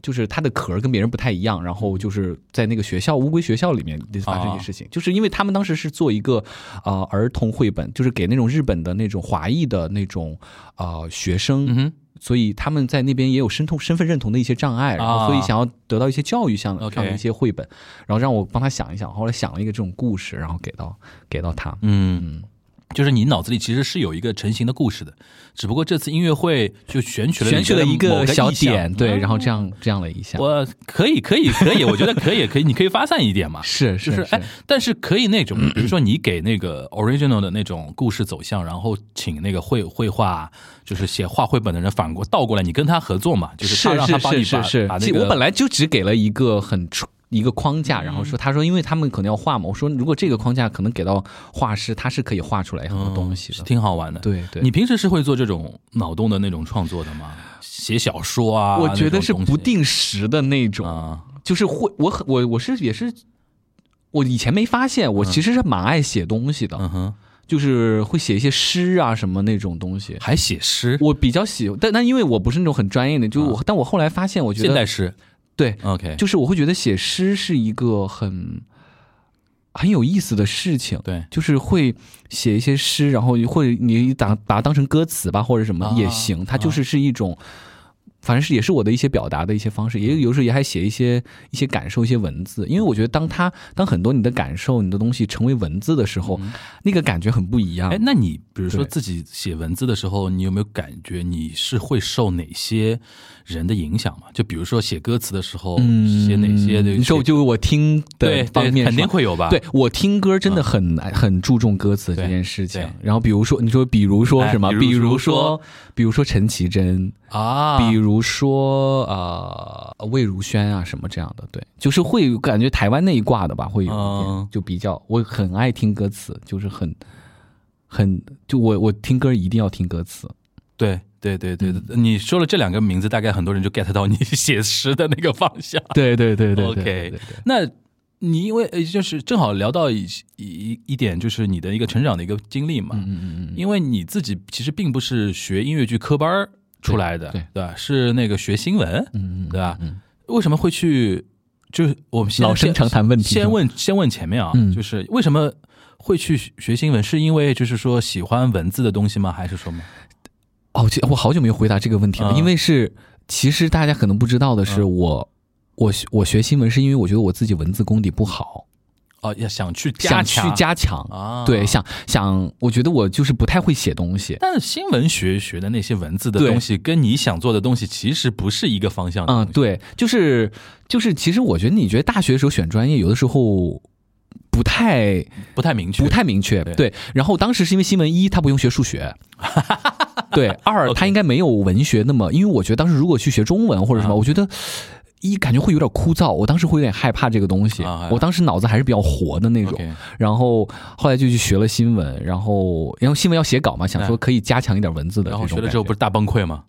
Speaker 3: 就是它的壳儿跟别人不太一样，然后就是在那个学校乌龟学校里面发生一些事情，
Speaker 2: 啊
Speaker 3: 就是因为他们当时是做一个呃儿童绘本，就是给那种日本的那种华裔的那种呃学生，
Speaker 2: 嗯哼
Speaker 3: 所以他们在那边也有身同身份认同的一些障碍，然后所以想要得到一些教育上的
Speaker 2: 啊 OK
Speaker 3: 上的一些绘本，然后让我帮他想一想，后来想了一个这种故事，然后给到给到他。
Speaker 2: 嗯，就是你脑子里其实是有一个成型的故事的，只不过这次音乐会就选取了
Speaker 3: 选取了
Speaker 2: 你
Speaker 3: 一
Speaker 2: 的某
Speaker 3: 个
Speaker 2: 个
Speaker 3: 小
Speaker 2: 意向
Speaker 3: 点，对，
Speaker 2: 嗯
Speaker 3: 然后这样这样了一下，
Speaker 2: 我可以可以可以，我觉得可以可以，你可以发散一点嘛。
Speaker 3: 是
Speaker 2: 就是哎，但是可以那种，比如说你给那个 original 的那种故事走向，然后请那个绘绘画，就是写画绘本的人反过倒过来，你跟他合作嘛，就是他
Speaker 3: 是
Speaker 2: 让他帮你
Speaker 3: 是
Speaker 2: 把
Speaker 3: 是是
Speaker 2: 把，那
Speaker 3: 其实
Speaker 2: 个嗯
Speaker 3: 我本来就只给了一个很出一个框架，然后说他说因为他们可能要画嘛，我说如果这个框架可能给到画师，他是可以画出来很多
Speaker 2: 嗯
Speaker 3: 东西的。
Speaker 2: 挺好玩的。
Speaker 3: 对对，
Speaker 2: 你平时是会做这种脑洞的那种创作的吗？写小说啊，
Speaker 3: 我觉得是
Speaker 2: 那种东
Speaker 3: 不
Speaker 2: 西
Speaker 3: 定时的那种，
Speaker 2: 啊，
Speaker 3: 就是会我很我我是也是。我以前没发现，我其实是蛮爱写东西的，
Speaker 2: 嗯哼，
Speaker 3: 就是会写一些诗啊什么那种东西。
Speaker 2: 还写 [laughs] 诗，
Speaker 3: 我比较喜，但但因为我不是那种很专业的，就是我，但我后来发现，我
Speaker 2: 啊
Speaker 3: 觉
Speaker 2: 现代
Speaker 3: 得
Speaker 2: 诗
Speaker 3: 对，
Speaker 2: ，OK，
Speaker 3: 就是我会觉得写诗是一个很很有意思的事情，
Speaker 2: 对
Speaker 3: 就是会写一些诗，然后或者你打把它当成歌词吧，或者什么
Speaker 2: 啊
Speaker 3: 也行，它就是是一种。反正是也是我的一些表达的一些方
Speaker 2: 嗯
Speaker 3: 式，也有有时候也还写一些一些感受、一些文字，因为我觉得当它当很多你的感受、你的东西成为文字的时候，那个感觉很不一样。
Speaker 2: 嗯哎，那你比如说
Speaker 3: 对
Speaker 2: 自己写文字的时候，你有没有感觉你是会受哪些人的影响嘛？就比如说写歌词的时候，写哪些的？
Speaker 3: 嗯你说就是我听
Speaker 2: 对
Speaker 3: 的方
Speaker 2: 对，
Speaker 3: 面
Speaker 2: 肯
Speaker 3: 是吧
Speaker 2: 定会有吧？
Speaker 3: 对，我听歌真的很、很注重歌词这件事情
Speaker 2: 啊对对。
Speaker 3: 然后比如说，你说比如说
Speaker 2: 哎
Speaker 3: 什么？
Speaker 2: 比
Speaker 3: 比
Speaker 2: 如
Speaker 3: 如
Speaker 2: 说
Speaker 3: 说，比如说陈绮贞，
Speaker 2: 啊，
Speaker 3: 比如说呃魏如萱啊什么这样的，对，就是会感觉台湾那一挂的吧，会有一点、
Speaker 2: 嗯
Speaker 3: 就比较，我很爱听歌词，就是很很就我我听歌一定要听歌
Speaker 2: [laughs]
Speaker 3: 词，
Speaker 2: 啊对对对对，对
Speaker 3: 嗯
Speaker 2: 你说了这两个名字，大概很多人就 get 到你写诗的那个方向。
Speaker 3: 对对对对
Speaker 2: OK
Speaker 3: 对对对对
Speaker 2: 那你因为呃就是正好聊到一一一点，就是你的一个成长的一个经历嘛，
Speaker 3: 嗯嗯嗯嗯，
Speaker 2: 因为你自己其实并不是学音乐剧科班儿出来的，
Speaker 3: 对对
Speaker 2: 吧？是那个学新闻，
Speaker 3: 嗯嗯
Speaker 2: 对吧？
Speaker 3: 嗯
Speaker 2: 为什么会去？就是我们先
Speaker 3: 老生常谈问题是吧
Speaker 2: 先问先问前面啊，
Speaker 3: 嗯
Speaker 2: 就是为什么会去学新闻？是因为就是说喜欢文字的东西吗？还是什么？
Speaker 3: 哦，这我好久没有回答这个问题了，
Speaker 2: 嗯
Speaker 3: 因为是其实大家可能不知道的是，我我学我学新闻是因为我觉得我自己文字功底不好，
Speaker 2: 哦，要想去加
Speaker 3: 想去
Speaker 2: 强
Speaker 3: 加强。
Speaker 2: 啊，
Speaker 3: 对，。想想，我觉得我就是不太会写东西。
Speaker 2: 但是新闻学学的那些文字的
Speaker 3: 对
Speaker 2: 东西，跟你想做的东西其实不是一个方向的
Speaker 3: 嗯
Speaker 2: 东，西。
Speaker 3: 对，就是就是，其实我觉得你觉得大学的时候选专业，有的时候不太
Speaker 2: 不太明确，
Speaker 3: 不太明确。
Speaker 2: 对
Speaker 3: 对，然后当时是因为新闻一，他不用学
Speaker 2: [laughs]
Speaker 3: 数学。对，二
Speaker 2: OK
Speaker 3: 他应该没有文学那么，因为我觉得当时如果去学中文或者什么，
Speaker 2: 啊
Speaker 3: 我觉得一感觉会有点枯燥，我当时会有点害怕这个东西
Speaker 2: 啊。
Speaker 3: 我当时脑子还是比较活的那种，
Speaker 2: OK
Speaker 3: 然后后来就去学了新闻，然后然后新闻要写稿嘛，想说可以加强一点文字的这
Speaker 2: 哎然后
Speaker 3: 种感觉。
Speaker 2: 学了之后不是大崩溃吗？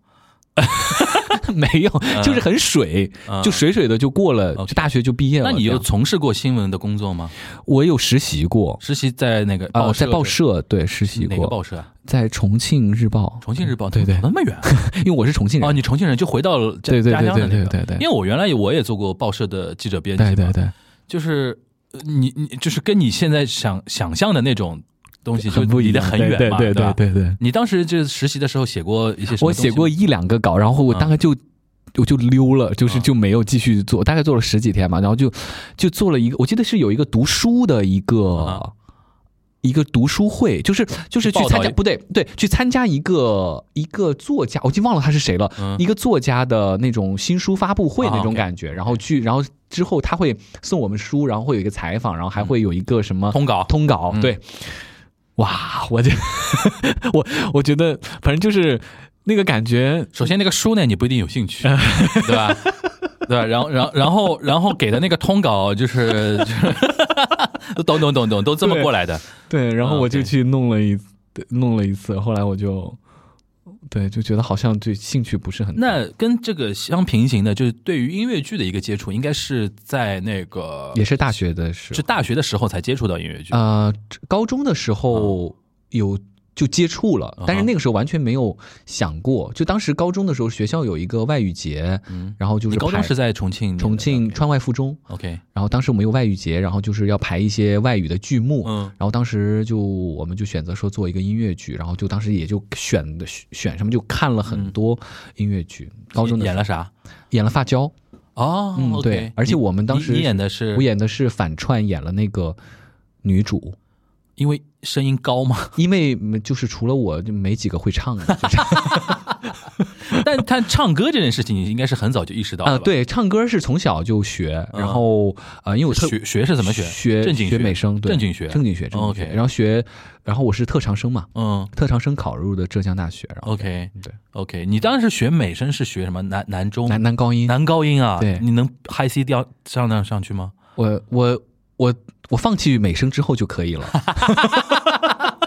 Speaker 3: [laughs] 没有， [laughs] 就是很水，
Speaker 2: 嗯
Speaker 3: 就水水的就过了，
Speaker 2: OK
Speaker 3: 就大学就毕业了。
Speaker 2: 那你有
Speaker 3: 这样
Speaker 2: 从事过新闻的工作吗？
Speaker 3: 我有实习过。
Speaker 2: 实习在那个
Speaker 3: 啊、在
Speaker 2: 报
Speaker 3: 报社对实习
Speaker 2: 哪个
Speaker 3: 过，
Speaker 2: 报社啊？
Speaker 3: 在重庆日报，
Speaker 2: 重庆日报。
Speaker 3: 对对
Speaker 2: 跑那么远
Speaker 3: 因为我是重庆人
Speaker 2: 哦，，你重庆人就回到了家
Speaker 3: 对对
Speaker 2: 家乡的那
Speaker 3: 对对
Speaker 2: 个。
Speaker 3: 对对对
Speaker 2: 因为我原来我也做过报社的记者编辑嘛，
Speaker 3: 对对对，
Speaker 2: 就是呃你你就是跟你现在想想象的那种东西就
Speaker 3: 很不
Speaker 2: 离
Speaker 3: 一
Speaker 2: 得
Speaker 3: 样，
Speaker 2: 很远
Speaker 3: 对
Speaker 2: 嘛，
Speaker 3: 对
Speaker 2: 吧
Speaker 3: 对？对对。
Speaker 2: 你当时就实习的时候写过一些什么？
Speaker 3: 我写过，一两个稿，然后我大概就、我就溜了，就是
Speaker 2: 嗯
Speaker 3: 就没有继续做，大概做了十几天嘛，然后就就做了一个，我记得是有一个读书的一个。
Speaker 2: 啊
Speaker 3: 一个读书会，就是就是去
Speaker 2: 报道
Speaker 3: 参加，
Speaker 2: 一
Speaker 3: 不对对，去参加一个一个作家，我已经忘了他是谁了，
Speaker 2: 嗯
Speaker 3: 一个作家的那种新书发布会
Speaker 2: 啊
Speaker 3: 那种
Speaker 2: OK
Speaker 3: 感觉，然后去，然后之后他会送我们书，然后会有一个采访，然后还会有一个什么
Speaker 2: 通稿
Speaker 3: 通稿，
Speaker 2: 嗯
Speaker 3: 对，哇，我这 [laughs] 我我觉得反正就是那个感觉，
Speaker 2: 首先那个书呢，你不一定有兴
Speaker 3: [laughs]
Speaker 2: 趣，对吧？对吧？然后，然后，然后，然后给的那个通稿就是，就是 [laughs] 懂懂懂懂，都这么过来的。
Speaker 3: 啊对，然后我就
Speaker 2: OK
Speaker 3: 去弄了一、弄了一次，后来我就对就觉得好像对兴趣不是很大
Speaker 2: 那跟这个相平行的，就是对于音乐剧的一个接触，应该是在那个
Speaker 3: 也是啊大学的时
Speaker 2: 是
Speaker 3: 候，
Speaker 2: 大学的时候才接触到音乐剧。嗯
Speaker 3: 呃，高中的时候有。就接触了
Speaker 2: 哈，
Speaker 3: 但是那个时候完全没有想过。就当时高中的时候，学校有一个外语节，
Speaker 2: 嗯，
Speaker 3: 然后就
Speaker 2: 你
Speaker 3: 是
Speaker 2: 高中
Speaker 3: 排
Speaker 2: 是在重庆念的？
Speaker 3: 重庆
Speaker 2: OK
Speaker 3: 川外附中，
Speaker 2: OK，
Speaker 3: 然后当时我们有外语节，然后就是要排一些外语的剧目，
Speaker 2: 嗯
Speaker 3: 然后当时就我们就选择说做一个音乐剧，然后就当时也就选的选什么就看了很多音乐剧。高中的
Speaker 2: 嗯演了啥？
Speaker 3: 演了发胶，
Speaker 2: 哦，
Speaker 3: 嗯
Speaker 2: OK
Speaker 3: 对而且
Speaker 2: 你
Speaker 3: 我们当
Speaker 2: 你
Speaker 3: 时
Speaker 2: 你演的是
Speaker 3: 我演的是反串，演了那个女主，
Speaker 2: 因为声音高嘛，
Speaker 3: 因为嗯就是除了我就没几个会唱的，就是
Speaker 2: [laughs] 但他唱歌这件事情，你应该是很早就意识到
Speaker 3: [laughs] 啊、
Speaker 2: 了吧。
Speaker 3: 对，唱歌是从小就学，然后呃，因为我特
Speaker 2: 学学是怎么学？
Speaker 3: 学
Speaker 2: 正经
Speaker 3: 学美声，对
Speaker 2: 正经学，
Speaker 3: 正经学，正经学
Speaker 2: OK
Speaker 3: 然后学，然后我是特长生嘛，
Speaker 2: 嗯
Speaker 3: 特长生考入的浙江大学，然后
Speaker 2: ，OK
Speaker 3: 对
Speaker 2: OK，你当时学美声是学什么？南南中
Speaker 3: 男男高音，
Speaker 2: 男高音啊？
Speaker 3: 对
Speaker 2: 你能 high C 调上上上去吗？ [laughs]
Speaker 3: 我我我我放弃美声之后就可以了。 [laughs]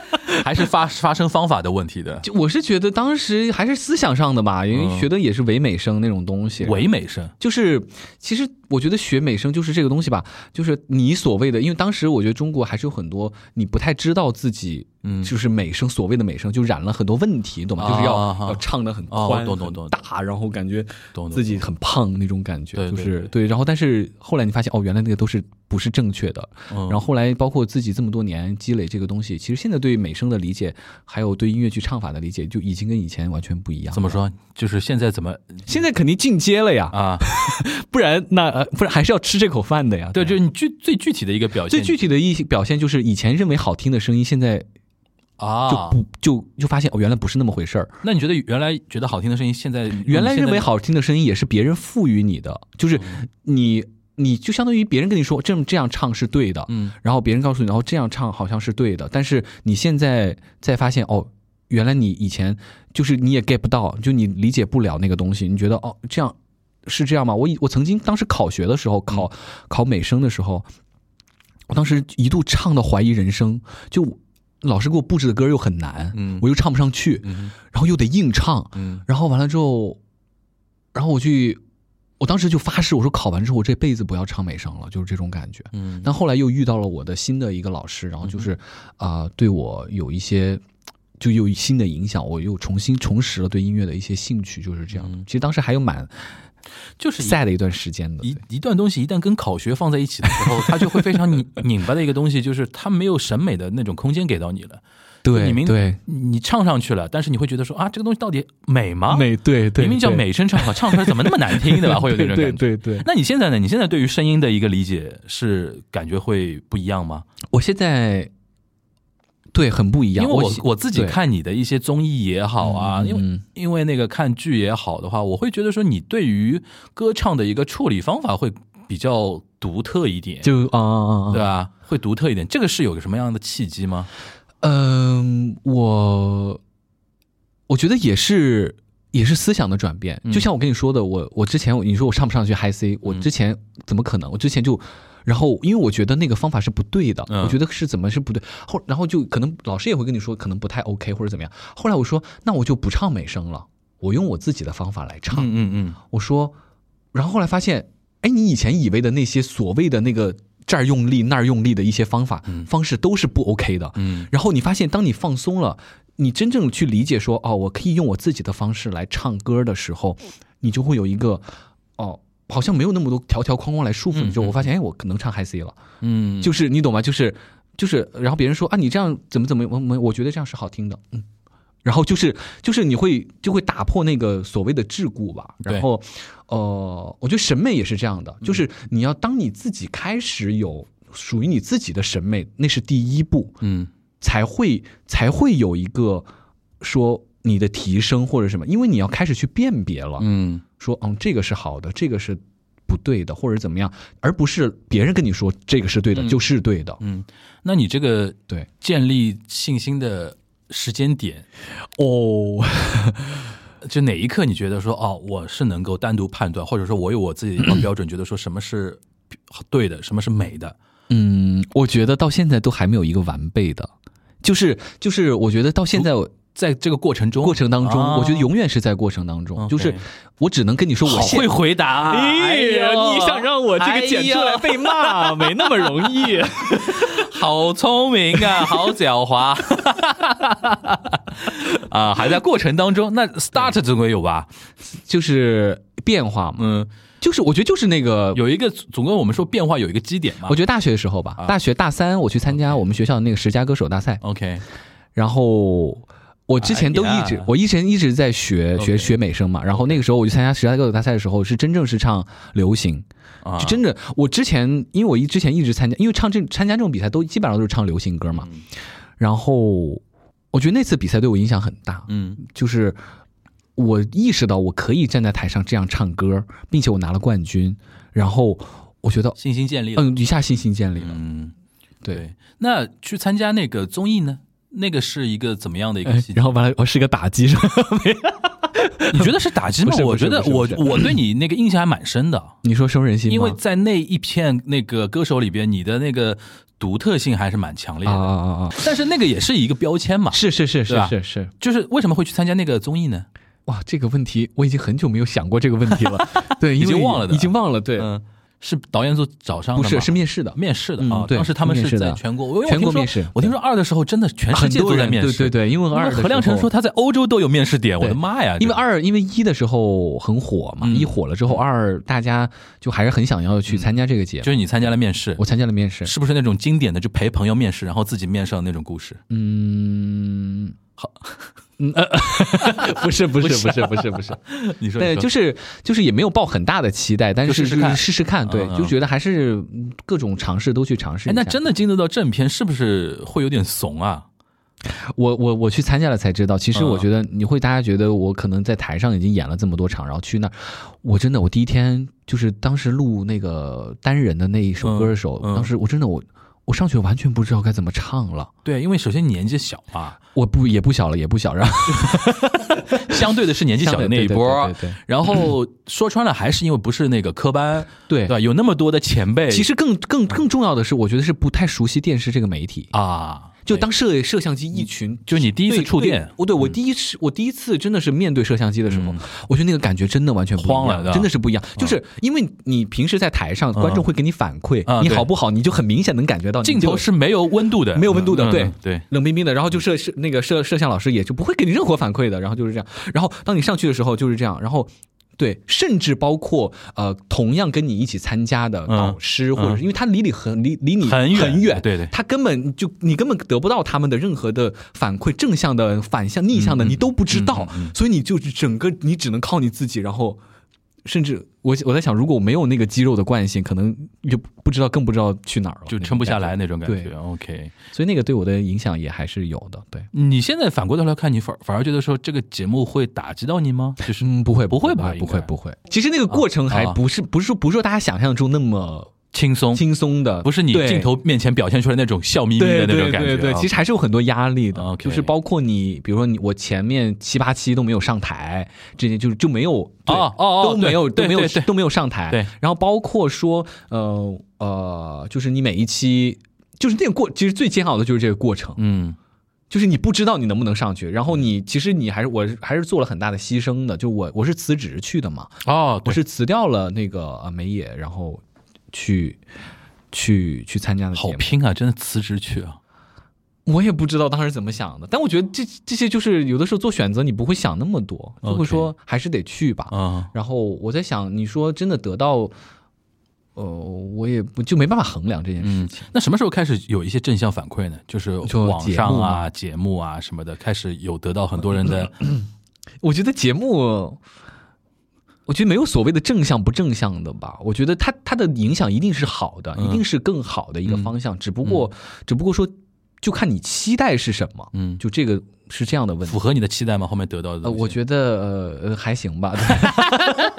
Speaker 2: 还是发发声方法的问题的？
Speaker 3: 就我是觉得当时还是思想上的吧，因
Speaker 2: 嗯
Speaker 3: 为学的也是唯美声那种东西，
Speaker 2: 唯美声，
Speaker 3: 就是，其实我觉得学美声就是这个东西吧，就是你所谓的，因为当时我觉得中国还是有很多你不太知道自己，
Speaker 2: 嗯
Speaker 3: 就是美声所谓的美声，就染了很多问题，你懂吗？就是要、
Speaker 2: 啊啊啊
Speaker 3: 要唱的很
Speaker 2: 哦
Speaker 3: 宽、
Speaker 2: 懂懂
Speaker 3: 很
Speaker 2: 懂
Speaker 3: 大，然后感觉
Speaker 2: 懂懂
Speaker 3: 自己很胖那种感觉，
Speaker 2: 对对
Speaker 3: 就是对。然后但是后来你发现，哦，原来那个都是不是正确的。
Speaker 2: 嗯
Speaker 3: 然后后来包括自己这么多年积累这个东西，其实现在对美声的理解，还有对音乐剧唱法的理解，就已经跟以前完全不一样。
Speaker 2: 怎么？说？就是现在怎么
Speaker 3: 现在肯定进阶了呀。
Speaker 2: 啊？
Speaker 3: 不然那、呃、不然还是要吃这口饭的呀。
Speaker 2: 对，就是
Speaker 3: 吧
Speaker 2: 你具最具体的一个表现，
Speaker 3: 最具体的一些表现就是以前认为好听的声音，现在就
Speaker 2: 啊
Speaker 3: 不、。就就发现哦，原来不是那么回事儿。
Speaker 2: 那你觉得原来觉得好听的声音，现在嗯
Speaker 3: 原来认为
Speaker 2: 好。
Speaker 3: 好听的声音也是别人赋予你的，就是你你就相当于别人跟你说这么这样唱是对的，
Speaker 2: 嗯，
Speaker 3: 然后别人告诉你，然后这样唱好像是对的，但是你现在再发现哦。原来你以前就是你也 get 不到，就你理解不了那个东西，你觉得哦这样是这样吗？我以我曾经当时考学的
Speaker 2: 嗯
Speaker 3: 时候，考考美声的时候，我当时一度唱到怀疑人生，就老师给我布置的歌又很难，
Speaker 2: 嗯
Speaker 3: 我又唱不上去，
Speaker 2: 嗯
Speaker 3: 然后又得硬唱，
Speaker 2: 嗯
Speaker 3: 然后完了之后，然后我去，我当时就发誓，我说考完之后我这辈子不要唱美声了，就是这种感觉。
Speaker 2: 嗯，
Speaker 3: 但后来又遇到了我的新的一个老师，然后就是啊、对我有一些就有新的影响，我又重新重拾了对音乐的一些兴趣，就是这样
Speaker 2: 嗯
Speaker 3: 的。其实当时还有蛮
Speaker 2: 就是一
Speaker 3: sad 的一段时间的，
Speaker 2: 一
Speaker 3: 对
Speaker 2: 一段东西一旦跟考学放在一起的时候，它就会非常拧 [laughs] 拧巴的一个东西，就是它没有审美的那种空间给到你了。
Speaker 3: 对
Speaker 2: 你明
Speaker 3: 对
Speaker 2: 你唱上去了，但是你会觉得说啊，这个东西到底美吗？，
Speaker 3: 美对对，
Speaker 2: 啊明明叫
Speaker 3: 对，
Speaker 2: 美声唱法，唱出来怎么那么难听，对吧？会有那种
Speaker 3: [laughs] 对
Speaker 2: 感觉。
Speaker 3: 对对。对
Speaker 2: 那你现在呢？你现在对于声音的一个理解是感觉会不一样吗？
Speaker 3: 我现在对很不一
Speaker 2: 因
Speaker 3: 样，
Speaker 2: 为我
Speaker 3: 喜
Speaker 2: 我自己
Speaker 3: 对
Speaker 2: 看你的一些综艺也好啊，
Speaker 3: 嗯
Speaker 2: 因为
Speaker 3: 嗯
Speaker 2: 因为那个看剧也好的话，我会觉得说你对于歌唱的一个处理方法会比较独特一点，
Speaker 3: 就啊啊啊
Speaker 2: 对吧？会独特一点，这个是有个什么样的契机吗？
Speaker 3: 嗯，我我觉得也是也是思想的转变。
Speaker 2: 嗯
Speaker 3: 就像我跟你说的，我我之前我你说我上不上去 High C，我之前怎么可能？我之前就。然后，因为我觉得那个方法是不对的，
Speaker 2: 嗯
Speaker 3: 我觉得是怎么是不对。后，然后就可能老师也会跟你说，可能不太 OK 或者怎么样。后来我说，那我就不唱美声了，我用我自己的方法来唱。
Speaker 2: 嗯嗯
Speaker 3: 我说，然后后来发现，哎，你以前以为的那些所谓的那个这儿用力那儿用力的一些方法、方式都是不 OK 的。
Speaker 2: 嗯
Speaker 3: 然后你发现，当你放松了，你真正去理解说，哦，我可以用我自己的方式来唱歌的时候，你就会有一个，哦，好像没有那么多条条框框来束缚你。就我发现，哎，我可能唱 High C 了，
Speaker 2: 嗯，
Speaker 3: 就是你懂吗？就是就是，然后别人说啊，你这样怎么怎么，我我我觉得这样是好听的，嗯。然后就是就是你会就会打破那个所谓的桎梏吧，
Speaker 2: 对嗯
Speaker 3: 然后，呃，我觉得审美也是这样的，就是你要当你自己开始有属于你自己的审美，那是第一步，
Speaker 2: 嗯
Speaker 3: 才会才会有一个说你的提升或者什么，因为你要开始去辨别了，
Speaker 2: 嗯
Speaker 3: 说嗯这个是好的，这个是不对的，或者怎么样，而不是别人跟你说这个是对的、就是对的。
Speaker 2: 嗯。那你这个
Speaker 3: 对
Speaker 2: 建立信心的时间点，
Speaker 3: 哦，
Speaker 2: [laughs] 就哪一刻你觉得说哦，我是能够单独判断，或者说我有我自己的一 [clears throat] 套标准，觉得说什么是对的，什么是美的？
Speaker 3: 嗯，我觉得到现在都还没有一个完备的，就是就是，我觉得到现在我
Speaker 2: 在这个过程中，
Speaker 3: 过程当中，
Speaker 2: 啊
Speaker 3: 我觉得永远是在过程当中，
Speaker 2: OK
Speaker 3: 就是我只能跟你说我
Speaker 2: 好
Speaker 3: 现
Speaker 2: 会回答啊！哎呦
Speaker 3: 让我
Speaker 2: 哎呀 [laughs]
Speaker 3: 被骂，没那么容易。
Speaker 2: 好聪明 [laughs] 啊，好狡猾啊！还在过程当中，那 start 总归有吧？
Speaker 3: 就是变化嘛，
Speaker 2: 嗯，
Speaker 3: 就是我觉得就是那个，
Speaker 2: 有一个总归我们说变化有一个基点嘛。
Speaker 3: 我觉得大学的时候
Speaker 2: 啊
Speaker 3: 吧，大学大三我去参加我们学校的那个十佳歌手大赛，
Speaker 2: OK，
Speaker 3: 然后我之前都一直，
Speaker 2: 哎呀
Speaker 3: 我以前一直在学学学美声嘛，然后那个时候我去参加十佳歌手大赛的时候，是真正是唱流行，
Speaker 2: 啊
Speaker 3: 就真的，我之前因为我一之前一直参加，因为唱这参加这种比赛都基本上都是唱流行歌嘛，
Speaker 2: 嗯
Speaker 3: 然后我觉得那次比赛对我影响很大，
Speaker 2: 嗯
Speaker 3: 就是我意识到我可以站在台上这样唱歌，并且我拿了冠军，然后我觉得
Speaker 2: 信心建立了。
Speaker 3: 嗯一下信心建立了，
Speaker 2: 嗯，
Speaker 3: 对。，
Speaker 2: 那去参加那个综艺呢？那个是一个怎么样的一个
Speaker 3: 哎
Speaker 2: 戏？
Speaker 3: 然后完了，我是个打击是吧？
Speaker 2: [laughs] 你觉得是打 [laughs] 击吗
Speaker 3: 不是？不
Speaker 2: 我
Speaker 3: 是
Speaker 2: 觉得
Speaker 3: 不是
Speaker 2: 我
Speaker 3: 不是
Speaker 2: 我对你那个印象还蛮深的，啊
Speaker 3: 你说收人心吗？
Speaker 2: 因为在那一片那个歌手里边，你的那个独特性还是蛮强烈
Speaker 3: 啊啊
Speaker 2: 的。
Speaker 3: 啊啊！
Speaker 2: 但是那个也是一个标签嘛，
Speaker 3: 是是是
Speaker 2: 对
Speaker 3: 是
Speaker 2: 吧
Speaker 3: 是是，
Speaker 2: 就是为什么会去参加那个综艺呢？
Speaker 3: 哇，这个问题我已经很久没有想过这个问
Speaker 2: [laughs]
Speaker 3: 题了，对，因为
Speaker 2: 已经忘了的
Speaker 3: 已经忘了，对，
Speaker 2: 嗯，是导演组找上的
Speaker 3: 不
Speaker 2: 吗
Speaker 3: 是是面试的，
Speaker 2: 面试的
Speaker 3: 嗯
Speaker 2: 啊，
Speaker 3: 对
Speaker 2: 当时他们
Speaker 3: 面
Speaker 2: 是
Speaker 3: 试的
Speaker 2: 在全国，我我
Speaker 3: 全国
Speaker 2: 听说
Speaker 3: 面试
Speaker 2: 我听说二的时候，真的全世
Speaker 3: 很
Speaker 2: 界
Speaker 3: 多
Speaker 2: 都哎在
Speaker 3: 人
Speaker 2: 面试。
Speaker 3: 对对对，因为二
Speaker 2: 那
Speaker 3: 的时候
Speaker 2: 何亮成说。他在欧洲都有面试点，我的
Speaker 3: 对
Speaker 2: 妈呀！
Speaker 3: 因
Speaker 2: 这
Speaker 3: 为二，因为一的时候很火嘛，
Speaker 2: 嗯
Speaker 3: 一火了之后，二大家就还是很想要去参加这个节目。
Speaker 2: 就是你参加了面试，
Speaker 3: 我参加了面试，
Speaker 2: 是不是那种经典的就陪朋友面试，然后自己面上的那种故事？
Speaker 3: 嗯，好，嗯，呃不是不是不是不是不 [laughs] 是，
Speaker 2: 你说
Speaker 3: 对，
Speaker 2: 你说
Speaker 3: 就是就是也没有抱很大的期待，但是
Speaker 2: 就试试
Speaker 3: 就是
Speaker 2: 看
Speaker 3: 试试看，对
Speaker 2: 嗯，嗯
Speaker 3: 就觉得还是嗯各种尝试都去尝试
Speaker 2: 哎
Speaker 3: 一，
Speaker 2: 那
Speaker 3: 下。
Speaker 2: 真的进入到正片，是不是会有点怂啊？
Speaker 3: 我我我去参加了才知道，其实
Speaker 2: 嗯
Speaker 3: 我觉得你会大家觉得我可能在台上已经演了这么多场，然后去那儿，我真的我第一天就是当时录那个单人的那一首歌的时候，
Speaker 2: 嗯嗯
Speaker 3: 当时我真的我我上去完全不知道该怎么唱了，
Speaker 2: 对，因为首先你年纪小嘛，
Speaker 3: 我不也不小了也不小，然后 [laughs]
Speaker 2: 相对的是年纪小的那一波
Speaker 3: 对。对
Speaker 2: 然后说穿了，还是因为不是那个科班，
Speaker 3: 对
Speaker 2: 对吧？有那么多的前辈，
Speaker 3: 其实更更更重要的是，我觉得是不太熟悉电视这个媒体，
Speaker 2: 啊，
Speaker 3: 就当摄摄像机一群
Speaker 2: 就你第一次
Speaker 3: 对
Speaker 2: 触
Speaker 3: 对
Speaker 2: 电，
Speaker 3: 我对我第一次，我第一次真的是面对摄像机的时候
Speaker 2: 嗯，
Speaker 3: 我觉得那个感觉真的完全不一
Speaker 2: 慌了对吧嗯
Speaker 3: 样，真的是不一样。就是因为你平时在台上，观众会给你反馈
Speaker 2: 啊
Speaker 3: 你
Speaker 2: 对
Speaker 3: 好不好，你就很明显能感觉到你
Speaker 2: 镜头
Speaker 3: 就是
Speaker 2: 没有温度的，
Speaker 3: 没有温度的，
Speaker 2: 嗯
Speaker 3: 对
Speaker 2: 嗯对，
Speaker 3: 冷冰冰的。然后就摄摄那个摄摄像老师也就不会给你任何反馈的，然后就是这样。然后当你上去的时候就是这样，然后。对，甚至包括呃，同样跟你一起参加的导师，或者是因为他离你很离离你
Speaker 2: 嗯很远
Speaker 3: 很远，
Speaker 2: 对对
Speaker 3: 他根本就你根本得不到他们的任何的反馈，正向的、反向、逆
Speaker 2: 嗯
Speaker 3: 向的，你都不知道，哦所以你就是整个你只能靠你自己，然后甚至我我在想，如果我没有那个肌肉的惯性，可能也不知道更不知道去哪儿了，
Speaker 2: 就撑不下来那种感
Speaker 3: 对
Speaker 2: 觉。OK，
Speaker 3: 所以那个对我的影响也还是有的，对。
Speaker 2: 你现在反过头来看，你反反而觉得说这个节目会打击到你吗？就是
Speaker 3: 嗯，不会，
Speaker 2: 不会吧应
Speaker 3: 不会，
Speaker 2: 该
Speaker 3: 不会。其实那个过程还
Speaker 2: 啊
Speaker 3: 不是，不是说不是说大家想象中那么
Speaker 2: 轻松，
Speaker 3: 轻松的，
Speaker 2: 不是你
Speaker 3: 对
Speaker 2: 镜头面前表现出来那种笑眯眯的
Speaker 3: 对
Speaker 2: 那
Speaker 3: 对
Speaker 2: 种感觉
Speaker 3: 对
Speaker 2: 啊。
Speaker 3: 对，其实还是有很多压力的，
Speaker 2: OK
Speaker 3: 就是包括你，比如说你，我前面七八期都没有上台，这些就就没有对
Speaker 2: 哦哦哦
Speaker 3: 都没有
Speaker 2: 对
Speaker 3: 都没有
Speaker 2: 对对对
Speaker 3: 都没有上台，
Speaker 2: 对，
Speaker 3: 然后包括说呃呃，就是你每一期。就是那个过，其实最煎熬的就是这个过程，
Speaker 2: 嗯，
Speaker 3: 就是你不知道你能不能上去，然后你其实你还是我是还是做了很大的牺牲的，就我我是辞职去的嘛，
Speaker 2: 哦，
Speaker 3: 我
Speaker 2: 对，
Speaker 3: 是辞掉了那个呃美野，然后去去去参加的节
Speaker 2: 好
Speaker 3: 目。
Speaker 2: 拼啊，真的辞职去啊。
Speaker 3: 我也不知道当时怎么想的，但我觉得这这些就是有的时候做选择，你不会想那么多，就会
Speaker 2: OK
Speaker 3: 说还是得去吧。
Speaker 2: 啊，
Speaker 3: 然后我在想，你说真的得到，呃，我也不就没办法衡量这件事
Speaker 2: 嗯
Speaker 3: 情。，
Speaker 2: 那什么时候开始有一些正向反馈呢？就是
Speaker 3: 就
Speaker 2: 网
Speaker 3: 节
Speaker 2: 上
Speaker 3: 目
Speaker 2: 啊、
Speaker 3: 吗
Speaker 2: 节目啊什么的，开始有得到很多人的
Speaker 3: 我觉得节目，我觉得没有所谓的正向不正向的吧。我觉得它它的影响一定是好的，
Speaker 2: 嗯
Speaker 3: 一定是更好的一个方向。只不过、只不过说，就看你期待是什么。
Speaker 2: 嗯
Speaker 3: 就这个是这样的问题
Speaker 2: 符。合你的期待吗？后面得到的
Speaker 3: 呃，
Speaker 2: 东西，
Speaker 3: 我觉得呃呃还行吧。对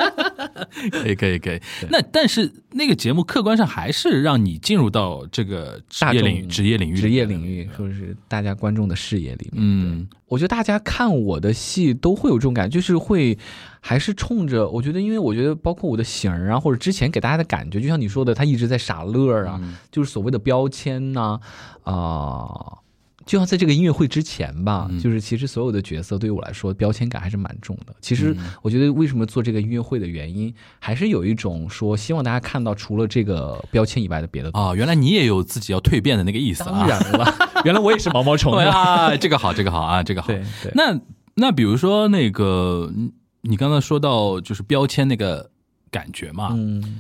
Speaker 2: 可以，可以，可以。那但是那个节目客观上还是让你进入到这个职
Speaker 3: 大
Speaker 2: 业
Speaker 3: 众
Speaker 2: 领域、职业领域、
Speaker 3: 职业领域，或者是大家观众的视野里面。
Speaker 2: 嗯，
Speaker 3: 我觉得大家看我的戏都会有这种感觉，就是会还是冲着我觉得，因为我觉得包括我的型儿啊，或者之前给大家的感觉，就像你嗯说的，他一直在傻乐儿啊，就是所谓的标签呐、啊，就像在这个音乐会之前吧，
Speaker 2: 嗯
Speaker 3: 就是其实所有的角色对于我来说标签感还是蛮重的。其实我觉得为什么做这个音乐会的原因，还是有一种说希望大家看到除了这个标签以外的别的东西。
Speaker 2: 啊，原来你也有自己要蜕变的那个意思啊
Speaker 3: 当！然了，原来我也是毛毛虫
Speaker 2: [laughs] 对
Speaker 4: [laughs]
Speaker 3: 呀。 [laughs]
Speaker 2: 啊，这个好，这个好啊，这个好。
Speaker 3: 对对，
Speaker 2: 那那比如说那个，嗯你刚才说到就是标签那个感觉嘛，
Speaker 3: 嗯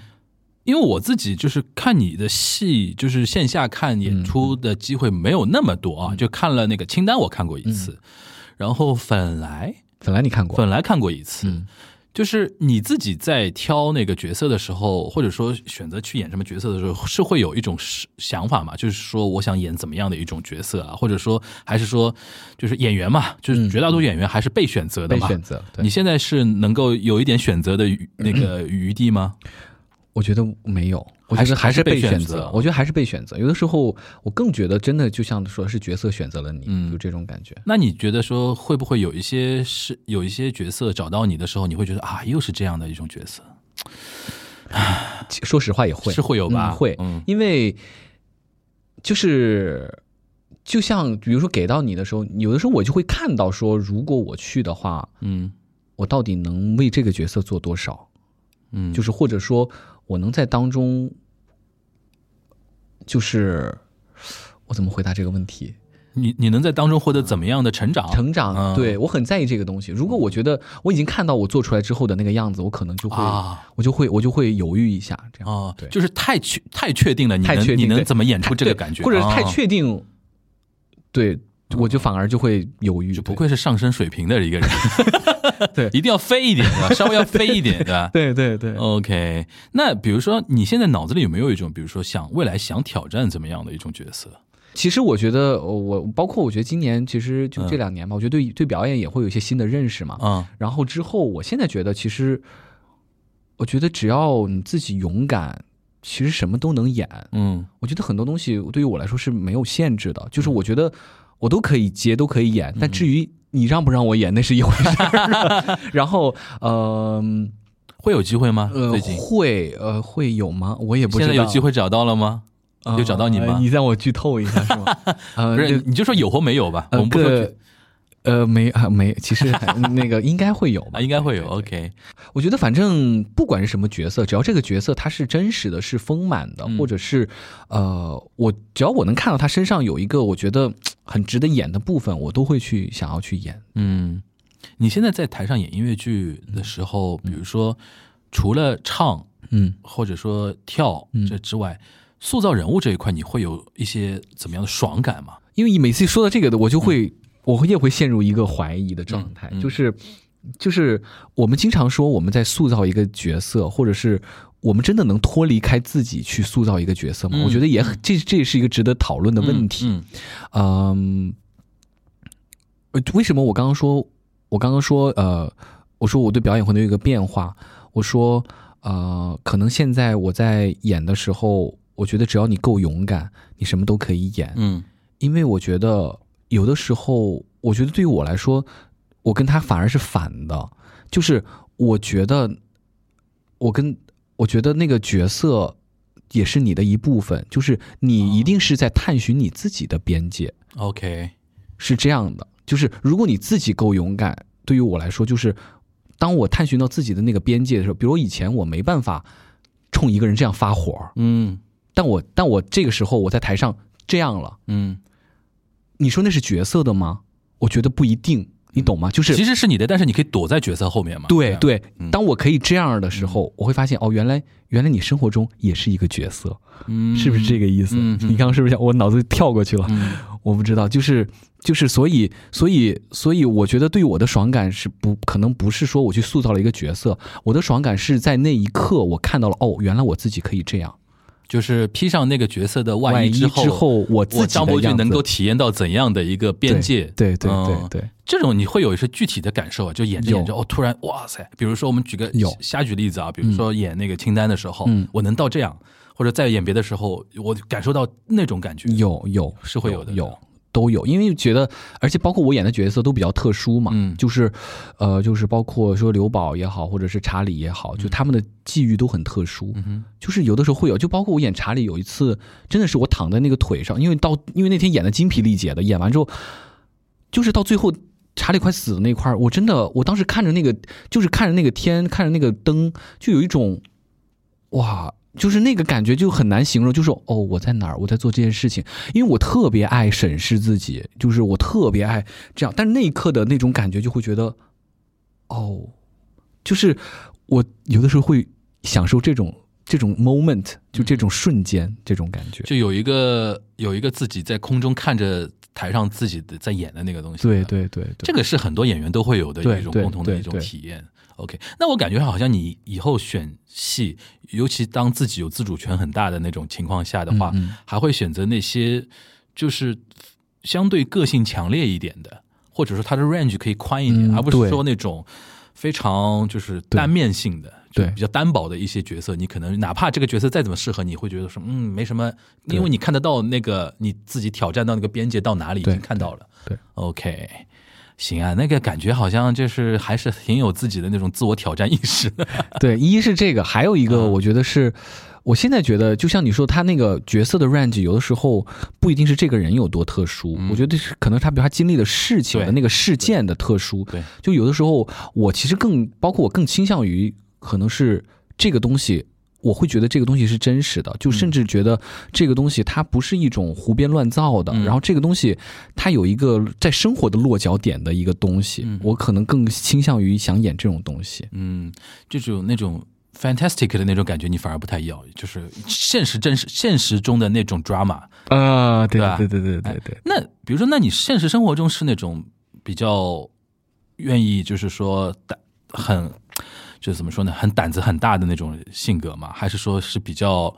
Speaker 2: 因为我自己就是看你的戏，就是线下看演出的机会没有那么多
Speaker 3: 嗯
Speaker 2: 啊，就看了那个清单，我看过一次，然后粉来
Speaker 3: 本来你看过，
Speaker 2: 粉来看过一次。
Speaker 3: 嗯
Speaker 2: 就是你自己在挑那个角色的时候，或者说选择去演什么角色的时候，是会有一种是想法嘛？就是说我想演怎么样的一种角色啊，或者说还是说就是演员嘛，就是绝大多数演员还是被选择的
Speaker 3: 嗯被
Speaker 2: 嘛。
Speaker 3: 选择。对
Speaker 2: 你现在是能够有一点选择的余那个余地吗？
Speaker 3: 我觉得没有，我
Speaker 2: 还
Speaker 3: 觉
Speaker 2: 是
Speaker 3: 得
Speaker 2: 还
Speaker 3: 还
Speaker 2: 是被
Speaker 3: 被
Speaker 2: 选
Speaker 3: 选
Speaker 2: 择
Speaker 3: 我觉得还是被选择。有的时候，我更觉得真的就像说是角色选择了你，
Speaker 2: 嗯
Speaker 3: 就这种感觉。
Speaker 2: 那你觉得说会不会有一些是有一些角色找到你的时候，你会觉得啊，又是这样的一种角色，
Speaker 3: 其说实话，也会
Speaker 2: 是会有吧？
Speaker 3: 嗯会
Speaker 2: 嗯
Speaker 3: 因为就是就像比如说给到你的时候，有的时候我就会看到说，如果我去的话，
Speaker 2: 嗯
Speaker 3: 我到底能为这个角色做多少？
Speaker 2: 嗯，
Speaker 3: 就是或者说我能在当中，就是我怎么回答这个问题？
Speaker 2: 你你能在当中获得怎么样的成长？
Speaker 3: 成
Speaker 2: 嗯
Speaker 3: 长，对我很在意这个东西。如果我觉得我已经看到我做出来之后的那个样子，我可能就会，
Speaker 2: 啊
Speaker 3: 我就会，我就会犹豫一下，这样。
Speaker 2: 哦，
Speaker 3: 对
Speaker 2: 就是太确太确定了，你
Speaker 3: 太确
Speaker 2: 能
Speaker 3: 定
Speaker 2: 你能
Speaker 3: 对
Speaker 2: 怎么演出这个
Speaker 3: 对
Speaker 2: 感觉，
Speaker 3: 或者是太
Speaker 2: 哦
Speaker 3: 确定，对我就反而就会犹豫。
Speaker 2: 就不
Speaker 3: 对
Speaker 2: 愧是上升水平的一个人，
Speaker 3: [laughs] 对
Speaker 2: 一定要飞一点，对吧
Speaker 3: [laughs]
Speaker 2: 稍微要飞一点，对吧？
Speaker 3: 对对对，
Speaker 2: 嗯 OK，那比如说你现在脑子里有没有一种，比如说想未来想挑战怎么样的一种角色？
Speaker 3: 其实我觉得呃我包括我觉得今年其实
Speaker 2: 嗯
Speaker 3: 就这两年吧，我觉得对对表演也会有一些新的认识嘛。
Speaker 2: 啊、
Speaker 3: 然后之后，我现在觉得其实，我觉得只要你自己勇敢，其实什么都能演。
Speaker 2: 嗯，
Speaker 3: 我觉得很多东西对于我来说是没有限制的，就是我觉得我都可以接，都可以演，
Speaker 2: 嗯
Speaker 3: 但至于你让不让我演，那是一回事儿 [laughs] 了。然后，呃
Speaker 2: 会有机会吗？
Speaker 3: 呃
Speaker 2: 最，近
Speaker 3: 会呃会有吗？我也不
Speaker 2: 现
Speaker 3: 知道。
Speaker 2: 在有机会找到了吗？
Speaker 3: 呃
Speaker 2: 有找到你吗
Speaker 3: 你让我剧透一下是
Speaker 2: [laughs]
Speaker 3: 吗？呃，
Speaker 2: 不是，
Speaker 3: 这
Speaker 2: 你就说有或没有吧，我
Speaker 3: 呃
Speaker 2: 们不说
Speaker 3: 个呃没啊没，其实还那个应该会有
Speaker 2: 啊，，
Speaker 3: 吧
Speaker 2: 应该会有。
Speaker 3: 对。对对
Speaker 2: OK，
Speaker 3: 我觉得反正不管是什么角色，只要这个角色他是真实的、是丰满的，
Speaker 2: 嗯
Speaker 3: 或者是呃，我只要我能看到他身上有一个我觉得嘖很值得演的部分，我都会去想要去演。
Speaker 2: 嗯，你现在在台上演音乐剧的时候，比如说除了唱
Speaker 3: 嗯，
Speaker 2: 或者说跳
Speaker 3: 嗯
Speaker 2: 这之外，塑造人物这一块，你会有一些怎么样的爽感吗？
Speaker 3: 因为每次说到这个的，我就会、我会也会陷入一个怀疑的状态，
Speaker 2: 嗯嗯嗯
Speaker 3: 就是就是我们经常说我们在塑造一个角色，或者是。我们真的能脱离开自己去塑造一个角色吗？
Speaker 2: 嗯
Speaker 3: 我觉得也很，这这也是一个值得讨论的问题。
Speaker 2: 嗯
Speaker 3: 嗯，呃为什么我刚刚说，我刚刚说，呃，我说我对表演会有一个变化，我说，呃，可能现在我在演的时候，我觉得只要你够勇敢，你什么都可以演，
Speaker 2: 嗯
Speaker 3: 因为我觉得有的时候，我觉得对于我来说，我跟他反而是反的，就是我觉得我跟我觉得那个角色也是你的一部分，就是你一定是在探寻你自己的边界，
Speaker 2: 嗯，OK，
Speaker 3: 是这样的。就是如果你自己够勇敢，对于我来说，就是当我探寻到自己的那个边界的时候，比如以前我没办法冲一个人这样发火，
Speaker 2: 嗯
Speaker 3: 但我但我这个时候我在台上这样了。
Speaker 2: 嗯，
Speaker 3: 你说那是角色的吗？我觉得不一定，你懂吗？就是
Speaker 2: 其实是你的，但是你可以躲在角色后面嘛？
Speaker 3: 对
Speaker 2: 吧，
Speaker 3: 对
Speaker 2: 嗯，
Speaker 3: 当我可以这样的时候，我会发现哦，原来原来你生活中也是一个角色，
Speaker 2: 嗯，
Speaker 3: 是不是这个意思？
Speaker 2: 嗯嗯
Speaker 3: 你刚刚是不是想我脑子跳过去了？
Speaker 2: 嗯
Speaker 3: 我不知道，就是就是，所以所以所以，我觉得对我的爽感是不可能不是说我去塑造了一个角色，我的爽感是在那一刻我看到了哦，原来我自己可以这样。
Speaker 2: 就是披上那个角色的
Speaker 3: 万
Speaker 2: 外衣
Speaker 3: 之
Speaker 2: 后，
Speaker 3: 我自己
Speaker 2: 我
Speaker 3: 的
Speaker 2: 张伯钧
Speaker 3: 样
Speaker 2: 能
Speaker 3: 子
Speaker 2: 够体验到怎样的一个边界？
Speaker 3: 对对对
Speaker 2: 嗯
Speaker 3: 对对，
Speaker 2: 这种你会有一些具体的感受啊，就演着
Speaker 3: 有
Speaker 2: 演着哦，突然哇塞！比如说我们举个
Speaker 3: 有
Speaker 2: 瞎举例子啊，比如说演那个清单的时候，
Speaker 3: 嗯
Speaker 2: 我能到这样，或者再演别的时候，我感受到那种感觉，
Speaker 3: 有有
Speaker 2: 是会有的
Speaker 3: 有，都有，因为觉得，而且包括我演的角色都比较特殊嘛，
Speaker 2: 嗯
Speaker 3: 就是，呃，就是包括说刘宝也好，或者是查理也好，
Speaker 2: 嗯
Speaker 3: 就他们的际遇都很特殊，
Speaker 2: 哼
Speaker 3: 就是有的时候会有，就包括我演查理有一次，真的是我躺在那个腿上，因为到因为那天演的精疲力竭的，演完之后，就是到最后查理快死的那块儿，我真的，我当时看着那个，就是看着那个天，看着那个灯，就有一种，哇。就是那个感觉就很难形容，就是哦，我在哪儿，我在做这件事情，因为我特别爱审视自己，就是我特别爱这样，但是那一刻的那种感觉就会觉得，哦，就是我有的时候会享受这种这种 moment，就这种瞬间这种感觉。
Speaker 2: 就有一个有一个自己在空中看着台上自己的在演的那个东西。
Speaker 3: 对，对对对，
Speaker 2: 这个是很多演员都会有的
Speaker 3: 对
Speaker 2: 一种
Speaker 3: 对
Speaker 2: 共同的
Speaker 3: 对
Speaker 2: 一种
Speaker 3: 对
Speaker 2: 体验。OK，那我感觉好像你以后选戏，尤其当自己有自主权很大的那种情况下的话，
Speaker 3: 嗯嗯
Speaker 2: 还会选择那些就是相对个性强烈一点的，或者说它的 range 可以宽一点，
Speaker 3: 嗯
Speaker 2: 而不是
Speaker 3: 对
Speaker 2: 说那种非常就是单面性的。
Speaker 3: 对
Speaker 2: 就比较单薄的一些角色，你可能哪怕这个角色再怎么适合你，会觉得说，嗯，没什么，因为你看得到那个你自己挑战到那个边界到哪里，已
Speaker 3: 对
Speaker 2: 经看到了。
Speaker 3: 对
Speaker 2: o k 行啊，那个感觉好像就是还是挺有自己的那种自我挑战意识的。
Speaker 3: 对，一是这个，还有
Speaker 2: 嗯
Speaker 3: 一个我觉得是。我现在觉得，就像你说，他那个角色的 range 有的时候不一定是这个人有多特殊，我觉得是可能他比如他经历的事情
Speaker 2: 嗯对
Speaker 3: 的那个事件的特殊，
Speaker 2: 对，
Speaker 3: 就有的时候，我其实更包括我更倾向于可能是这个东西，我会觉得这个东西是真实的，就
Speaker 2: 嗯
Speaker 3: 甚至觉得这个东西它不是一种胡编乱造的，
Speaker 2: 嗯
Speaker 3: 然后这个东西它有一个在生活的落脚点的一个东西，
Speaker 2: 嗯
Speaker 3: 我可能更倾向于想演这种东西。
Speaker 2: 嗯，这种那种 fantastic 的那种感觉，你反而不太要，就是现实真实现实中的那种 drama。
Speaker 3: 啊，对
Speaker 2: 对吧
Speaker 3: 对对对对对，
Speaker 2: 那比如说，那你现实生活中是那种比较愿意，就是说胆很，就是怎么说呢，很胆子很大的那种性格吗？还是说是比较？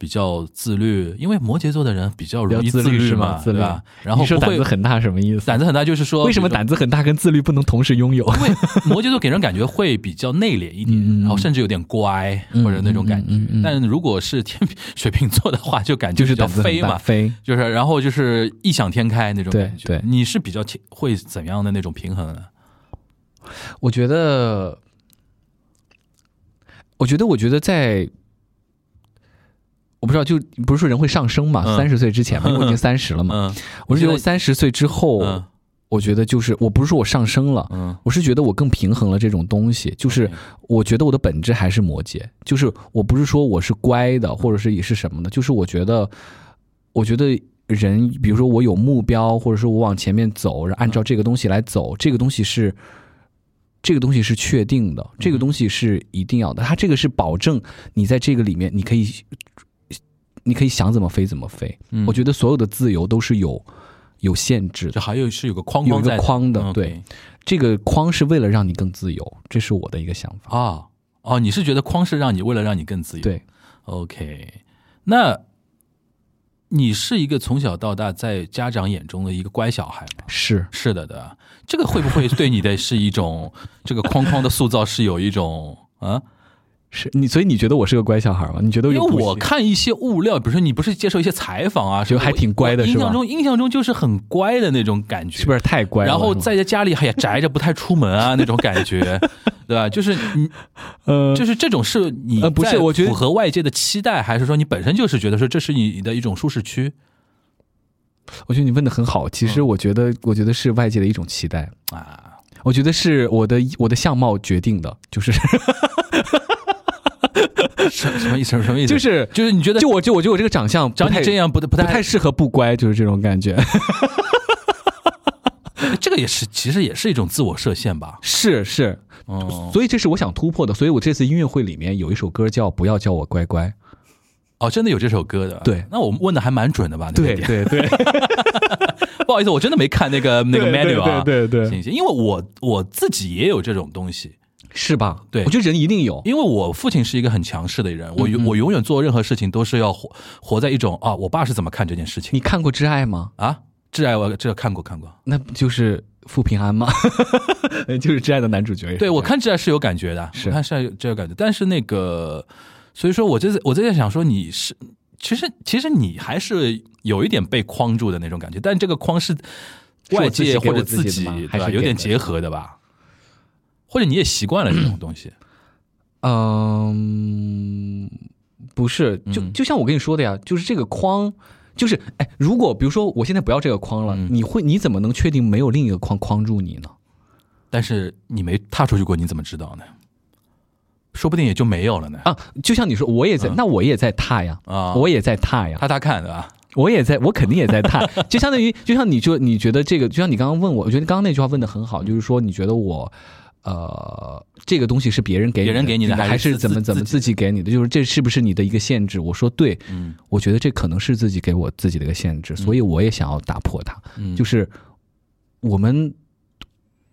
Speaker 2: 比较自律，因为摩羯座的人比较容易
Speaker 3: 比较自律
Speaker 2: 律
Speaker 3: 是
Speaker 2: 嘛，
Speaker 3: 吗自律
Speaker 2: 对吧？然后
Speaker 3: 你说
Speaker 2: 不
Speaker 3: 胆
Speaker 2: 会
Speaker 3: 子很大什么意思？
Speaker 2: 胆子很大，就是说
Speaker 3: 为什么
Speaker 2: 比如说
Speaker 3: 胆子很大跟自律不能同时拥有？
Speaker 2: 因为摩羯座给人感觉会比较内敛一
Speaker 3: 嗯嗯
Speaker 2: 点，
Speaker 3: 嗯
Speaker 2: 然后甚至有点乖
Speaker 3: 嗯
Speaker 2: 或者那种感觉
Speaker 3: 嗯嗯嗯。嗯
Speaker 2: 但如果是天秤水瓶座的话，就感觉
Speaker 3: 是
Speaker 2: 比较
Speaker 3: 胆子很
Speaker 2: 飞
Speaker 3: 大
Speaker 2: 嘛，
Speaker 3: 飞。
Speaker 2: 就是然后就是异想天开那种感觉。
Speaker 3: 对对
Speaker 2: 你是比较情会怎样的那种平衡呢？啊
Speaker 3: 我觉得，我觉得，我觉得在，我不知道，就不是说人会上升嘛？
Speaker 2: 嗯
Speaker 3: 三十、岁之
Speaker 2: [laughs]
Speaker 3: 前嘛，因为我已经三十了嘛。
Speaker 2: 嗯
Speaker 3: 我是觉得
Speaker 2: 你
Speaker 3: 三十岁之后，
Speaker 2: 嗯
Speaker 3: 我觉得就是，我不是说我上升了。
Speaker 2: 嗯，
Speaker 3: 我是觉得我更平衡了这种东西，就是我觉得我的本质还是摩羯，就是我不是说我是乖的，或者是也是什么的，就是我觉得，我觉得人，比如说我有目标，或者说我往前面走，然后按照这个东西来走，这个东西是。这个东西是确定的，这个东西是一定要的，它这个是保证你在这个里面，你可以，你可以想怎么飞怎么飞。
Speaker 2: 嗯
Speaker 3: 我觉得所有的自由都是有有限制的
Speaker 2: 这，还有是有个框
Speaker 3: 有一
Speaker 2: 框
Speaker 3: 个
Speaker 2: 在
Speaker 3: 框的，
Speaker 2: 嗯
Speaker 3: 对。
Speaker 2: OK
Speaker 3: 这个框是为了让你更自由，这是我的一个想法。
Speaker 2: 啊哦，你是觉得框是让你为了让你更自由？
Speaker 3: 对，
Speaker 2: OK，那你是一个从小到大在家长眼中的一个乖小孩吗？
Speaker 3: 是
Speaker 2: 是的的，这个会不会对你的是一种这个框框的塑造是有一种啊？
Speaker 3: 是你，所以你觉得我是个乖小孩吗？你觉得
Speaker 2: 因为
Speaker 3: 有补习
Speaker 2: 我看一些物料，比如说你不是接受一些采访啊，
Speaker 3: 就还挺乖的
Speaker 2: 我印
Speaker 3: 是吧
Speaker 2: 象中印象中就是很乖的那种感觉，
Speaker 3: 是不是太乖了？
Speaker 2: 然后
Speaker 3: 是吗
Speaker 2: 在家里哎呀宅着不太出门啊那种感
Speaker 3: [laughs]
Speaker 2: 觉，对吧？就是你
Speaker 3: 呃，
Speaker 2: 就是这种是你
Speaker 3: 呃不是
Speaker 2: 在
Speaker 3: 我觉得
Speaker 2: 符合外界的期待，还是说你本身就是觉得说这是你的一种舒适
Speaker 3: [laughs]
Speaker 2: 区？
Speaker 3: 我觉得你问的很好。其实我觉得，我觉得是外界的一种期待
Speaker 2: 嗯啊。
Speaker 3: 我觉得是我的我的相貌决定的，就是
Speaker 2: 什什么意思？什么意思？
Speaker 3: [laughs] 就是
Speaker 2: 就是你觉得
Speaker 3: 就我就我就我这个长相不
Speaker 2: 长
Speaker 3: 太
Speaker 2: 你这样不不
Speaker 3: 不
Speaker 2: 太
Speaker 3: 太适合不乖，就是这种感觉。 [laughs]
Speaker 2: 这个也是其实也是一种自我设限吧。
Speaker 3: 是是，
Speaker 2: 哦
Speaker 3: 所以这是我想突破的。所以我这次音乐会里面有一首歌叫《不要叫我乖乖》。
Speaker 2: 哦，真的有这首歌的。
Speaker 3: 对
Speaker 2: 那我们问的还蛮准的吧？那个
Speaker 3: 对
Speaker 2: 点 [laughs]
Speaker 3: 对对，
Speaker 2: 不好意思，我真的没看那个那个 menu 啊。
Speaker 3: 对对对对，
Speaker 2: 行行，因为我我自己也有这种东西，
Speaker 3: 是吧？
Speaker 2: 对
Speaker 3: 我觉得人一定有。
Speaker 2: 因为我父亲是一个很强势的人，我
Speaker 3: 嗯
Speaker 2: 我永远做任何事情都是要活活在一种啊，我爸是怎么看这件事情
Speaker 3: 你看过《挚爱》吗？
Speaker 2: 啊？挚爱我这看过看过，
Speaker 3: 那不就是傅平安吗？ [laughs] 就是挚爱的男主角。
Speaker 2: 对我，看挚爱是有感觉的，
Speaker 3: 是
Speaker 2: 我看挚爱有这有感觉，但是那个，所以说我就在我就在想说，你是其实其实你还是有一点被框住的那种感觉，但这个框是
Speaker 3: 是我
Speaker 2: 外
Speaker 3: 自己
Speaker 2: 界
Speaker 3: 给
Speaker 2: 或者
Speaker 3: 我自
Speaker 2: 自己
Speaker 3: 己的吗还
Speaker 2: 对吧？
Speaker 3: 是
Speaker 2: 有
Speaker 3: 给
Speaker 2: 点
Speaker 3: 的
Speaker 2: 结合的吧，或者你也习惯了这种东西。
Speaker 3: 嗯，不是，就
Speaker 2: 嗯
Speaker 3: 就像我跟你说的呀，就是这个框，就是哎，如果比如说我现在不要这个框了，
Speaker 2: 嗯
Speaker 3: 你会你怎么能确定没有另一个框框住你呢？
Speaker 2: 但是你没踏出去过，你怎么知道呢？说不定也就没有了呢。
Speaker 3: 啊，就像你说，我也在，
Speaker 2: 嗯
Speaker 3: 那我也在踏呀，
Speaker 2: 啊，
Speaker 3: 我也在踏呀，
Speaker 2: 他他看啊对吧？
Speaker 3: 我也在，我肯定也在踏， [laughs] 就相当于，就像你就你觉得这个，就像你刚刚问我，我觉得刚刚那句话问的很好，就是说你觉得我，呃，这个东西是别人给
Speaker 2: 别人给你的
Speaker 3: 还
Speaker 2: 还是
Speaker 3: 是
Speaker 2: 自
Speaker 3: 怎么
Speaker 2: 自
Speaker 3: 怎么
Speaker 2: 自己
Speaker 3: 自己给你的？就是这是不是你的一个限制？我说对，
Speaker 2: 嗯，
Speaker 3: 我觉得这可能是自己给我自己的一个限制，所以我也想要打破它。
Speaker 2: 嗯
Speaker 3: 就是我们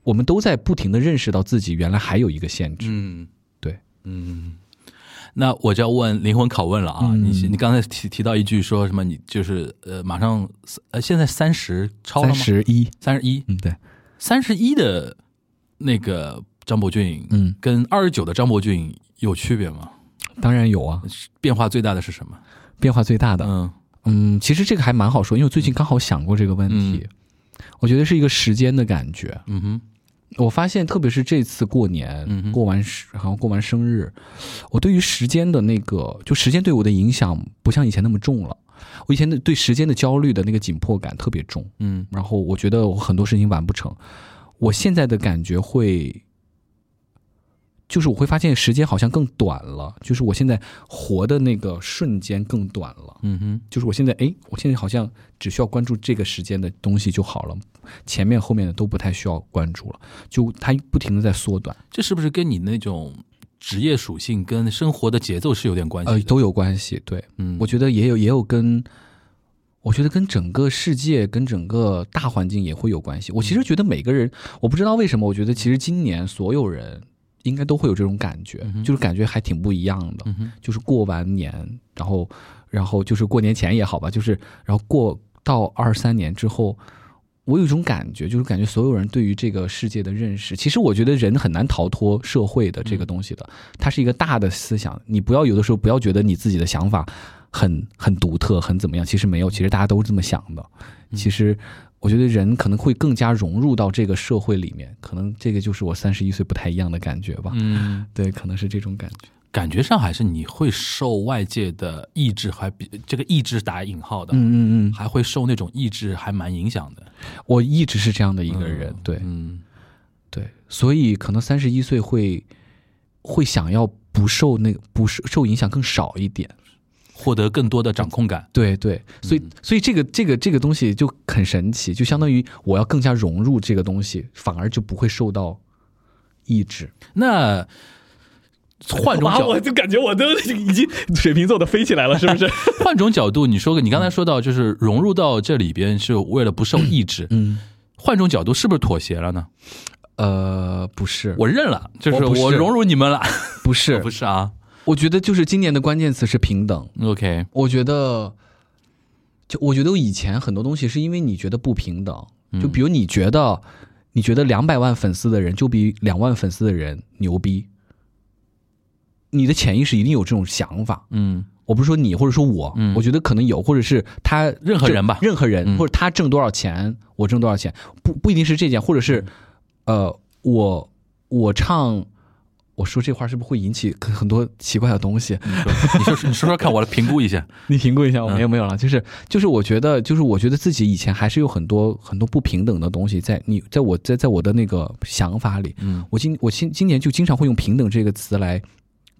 Speaker 3: 我们都在不停的认识到自己原来还有一个限制。
Speaker 2: 嗯，
Speaker 3: 对，
Speaker 2: 嗯。那我就要问灵魂拷问了啊！
Speaker 3: 嗯
Speaker 2: 你你刚才提提到一句说什么？你就是呃，马上呃，现在三十超了
Speaker 3: 三
Speaker 2: 吗？
Speaker 3: 十一，
Speaker 2: 三十一，
Speaker 3: 嗯，对，
Speaker 2: 三十一的那个张伯俊，
Speaker 3: 嗯，
Speaker 2: 跟二十九的张伯俊有区别吗？
Speaker 3: 当然有啊，
Speaker 2: 变化最大的是什么？
Speaker 3: 变化最大的，
Speaker 2: 嗯
Speaker 3: 嗯，其实这个还蛮好说，因为我最近刚好想过这个问题，我觉得是一个时间的感觉。
Speaker 2: 嗯哼，
Speaker 3: 我发现，特别是这次过年，
Speaker 2: 嗯哼
Speaker 3: 过完生，然后过完生日，我对于时间的那个，就时间对我的影响，不像以前那么重了。我以前的对时间的焦虑的那个紧迫感特别重，
Speaker 2: 嗯
Speaker 3: 然后我觉得我很多事情完不成。我现在的感觉会，就是我会发现时间好像更短了，就是我现在活的那个瞬间更短了。
Speaker 2: 嗯哼，
Speaker 3: 就是我现在，哎，我现在好像只需要关注这个时间的东西就好了，前面后面的都不太需要关注了，就它不停的在缩短，
Speaker 2: 这是不是跟你那种职业属性跟生活的节奏是有点关系的？
Speaker 3: 呃，都有关系。对，
Speaker 2: 嗯，
Speaker 3: 我觉得也有也有跟，我觉得跟整个世界、跟整个大环境也会有关系。我其实觉得每个人，我不知道为什么，我觉得其实今年所有人应该都会有这种感觉，就是感觉还挺不一样的。
Speaker 2: 嗯哼，
Speaker 3: 就是过完年，然后，然后就是过年前也好吧，就是然后过到二三年之后，我有一种感觉，就是感觉所有人对于这个世界的认识，其实我觉得人很难逃脱社会的这个东西的，它是一个大的思想，你不要有的时候不要觉得你自己的想法很很独特，很怎么样，其实没有，其实大家都是这么想的，其实。我觉得人可能会更加融入到这个社会里面，可能这个就是我三十一岁不太一样的感觉吧。
Speaker 2: 嗯。
Speaker 3: 对，可能是这种感觉。
Speaker 2: 感觉上还是你会受外界的意志，还比这个意志打引号的，
Speaker 3: 嗯嗯嗯，
Speaker 2: 还会受那种意志还蛮影响的。
Speaker 3: 我一直是这样的一个人，对
Speaker 2: 嗯
Speaker 3: 对，所以可能三十一岁会会想要不受那个不受受影响更少一点，
Speaker 2: 获得更多的掌控感。
Speaker 3: 对对，所以、所以这个这个这个东西就很神奇，就相当于我要更加融入这个东西，反而就不会受到抑制。
Speaker 2: 那换种
Speaker 3: 哇
Speaker 2: 角
Speaker 3: 就感觉我都已经水瓶座的飞起来了，是
Speaker 2: [laughs]
Speaker 3: 不是？
Speaker 2: 换种角度，你说你刚才说到，就是融入到这里边是为了不受意志。
Speaker 3: 嗯，
Speaker 2: 换种角度，是不是妥协了呢？
Speaker 3: 呃，不是，
Speaker 2: 我认了，就是
Speaker 3: 我不是
Speaker 2: 我融入你们了，
Speaker 3: 不是
Speaker 2: 不，是啊
Speaker 3: 我觉得就是今年的关键词是平等。
Speaker 2: ？OK，
Speaker 3: 我觉得，就我觉得以前很多东西是因为你觉得不平等，
Speaker 2: 嗯
Speaker 3: 就比如你觉得，你觉得两百万粉丝的人就比两万粉丝的人牛逼，你的潜意识一定有这种想法。
Speaker 2: 嗯
Speaker 3: 我不是说你，或者说我，
Speaker 2: 嗯
Speaker 3: 我觉得可能有，或者是他
Speaker 2: 任何人吧
Speaker 3: 任何人，
Speaker 2: 嗯
Speaker 3: 或者他挣多少钱，我挣多少钱，不不一定是这件，或者是，
Speaker 2: 嗯
Speaker 3: 呃，我我唱，我说这话是不是会引起很很多奇怪的东西？
Speaker 2: 你说你说你 [laughs] 说说看，我来评估一下。
Speaker 3: [laughs] 你评估一下，我没有没有了，就是就是，我觉得就是我觉得自己以前还是有很多很多不平等的东西在你在我在在我的那个想法里，
Speaker 2: 嗯
Speaker 3: 我今我今今年就经常会用平等这个词来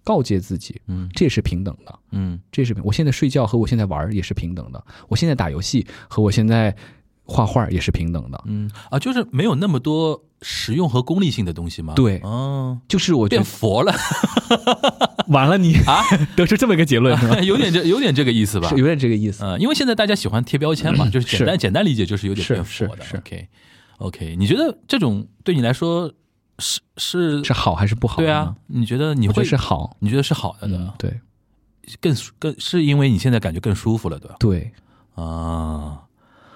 Speaker 3: 告诫自己，
Speaker 2: 嗯
Speaker 3: 这也是平等的，
Speaker 2: 嗯
Speaker 3: 这也是平我现在睡觉和我现在玩儿也是平等的，我现在打游戏和我现在画画也是平等的，
Speaker 2: 嗯啊，就是没有那么多实用和功利性的东西吗？
Speaker 3: 对
Speaker 2: 哦，
Speaker 3: 就是我觉
Speaker 2: 变
Speaker 3: 得
Speaker 2: 佛了。 [laughs]
Speaker 3: [laughs] 完了你
Speaker 2: 啊
Speaker 3: 得出这么一个结论是吗？
Speaker 2: 有点这有点这个意思吧
Speaker 3: 是？有点这个意思，
Speaker 2: 嗯，因为现在大家喜欢贴标签嘛，就是简单简单理解，就是有点
Speaker 3: 是
Speaker 2: 变佛的
Speaker 3: 是是。
Speaker 2: OK OK，你觉得这种对你来说是是
Speaker 3: 是好还是不好？
Speaker 2: 对啊？，你觉得你
Speaker 3: 我觉
Speaker 2: 会
Speaker 3: 得是好，
Speaker 2: 你觉得是好的
Speaker 3: 嗯
Speaker 2: 呢，？
Speaker 3: 对
Speaker 2: 更更是因为你现在感觉更舒服了，对吧？
Speaker 3: 对，
Speaker 2: 啊，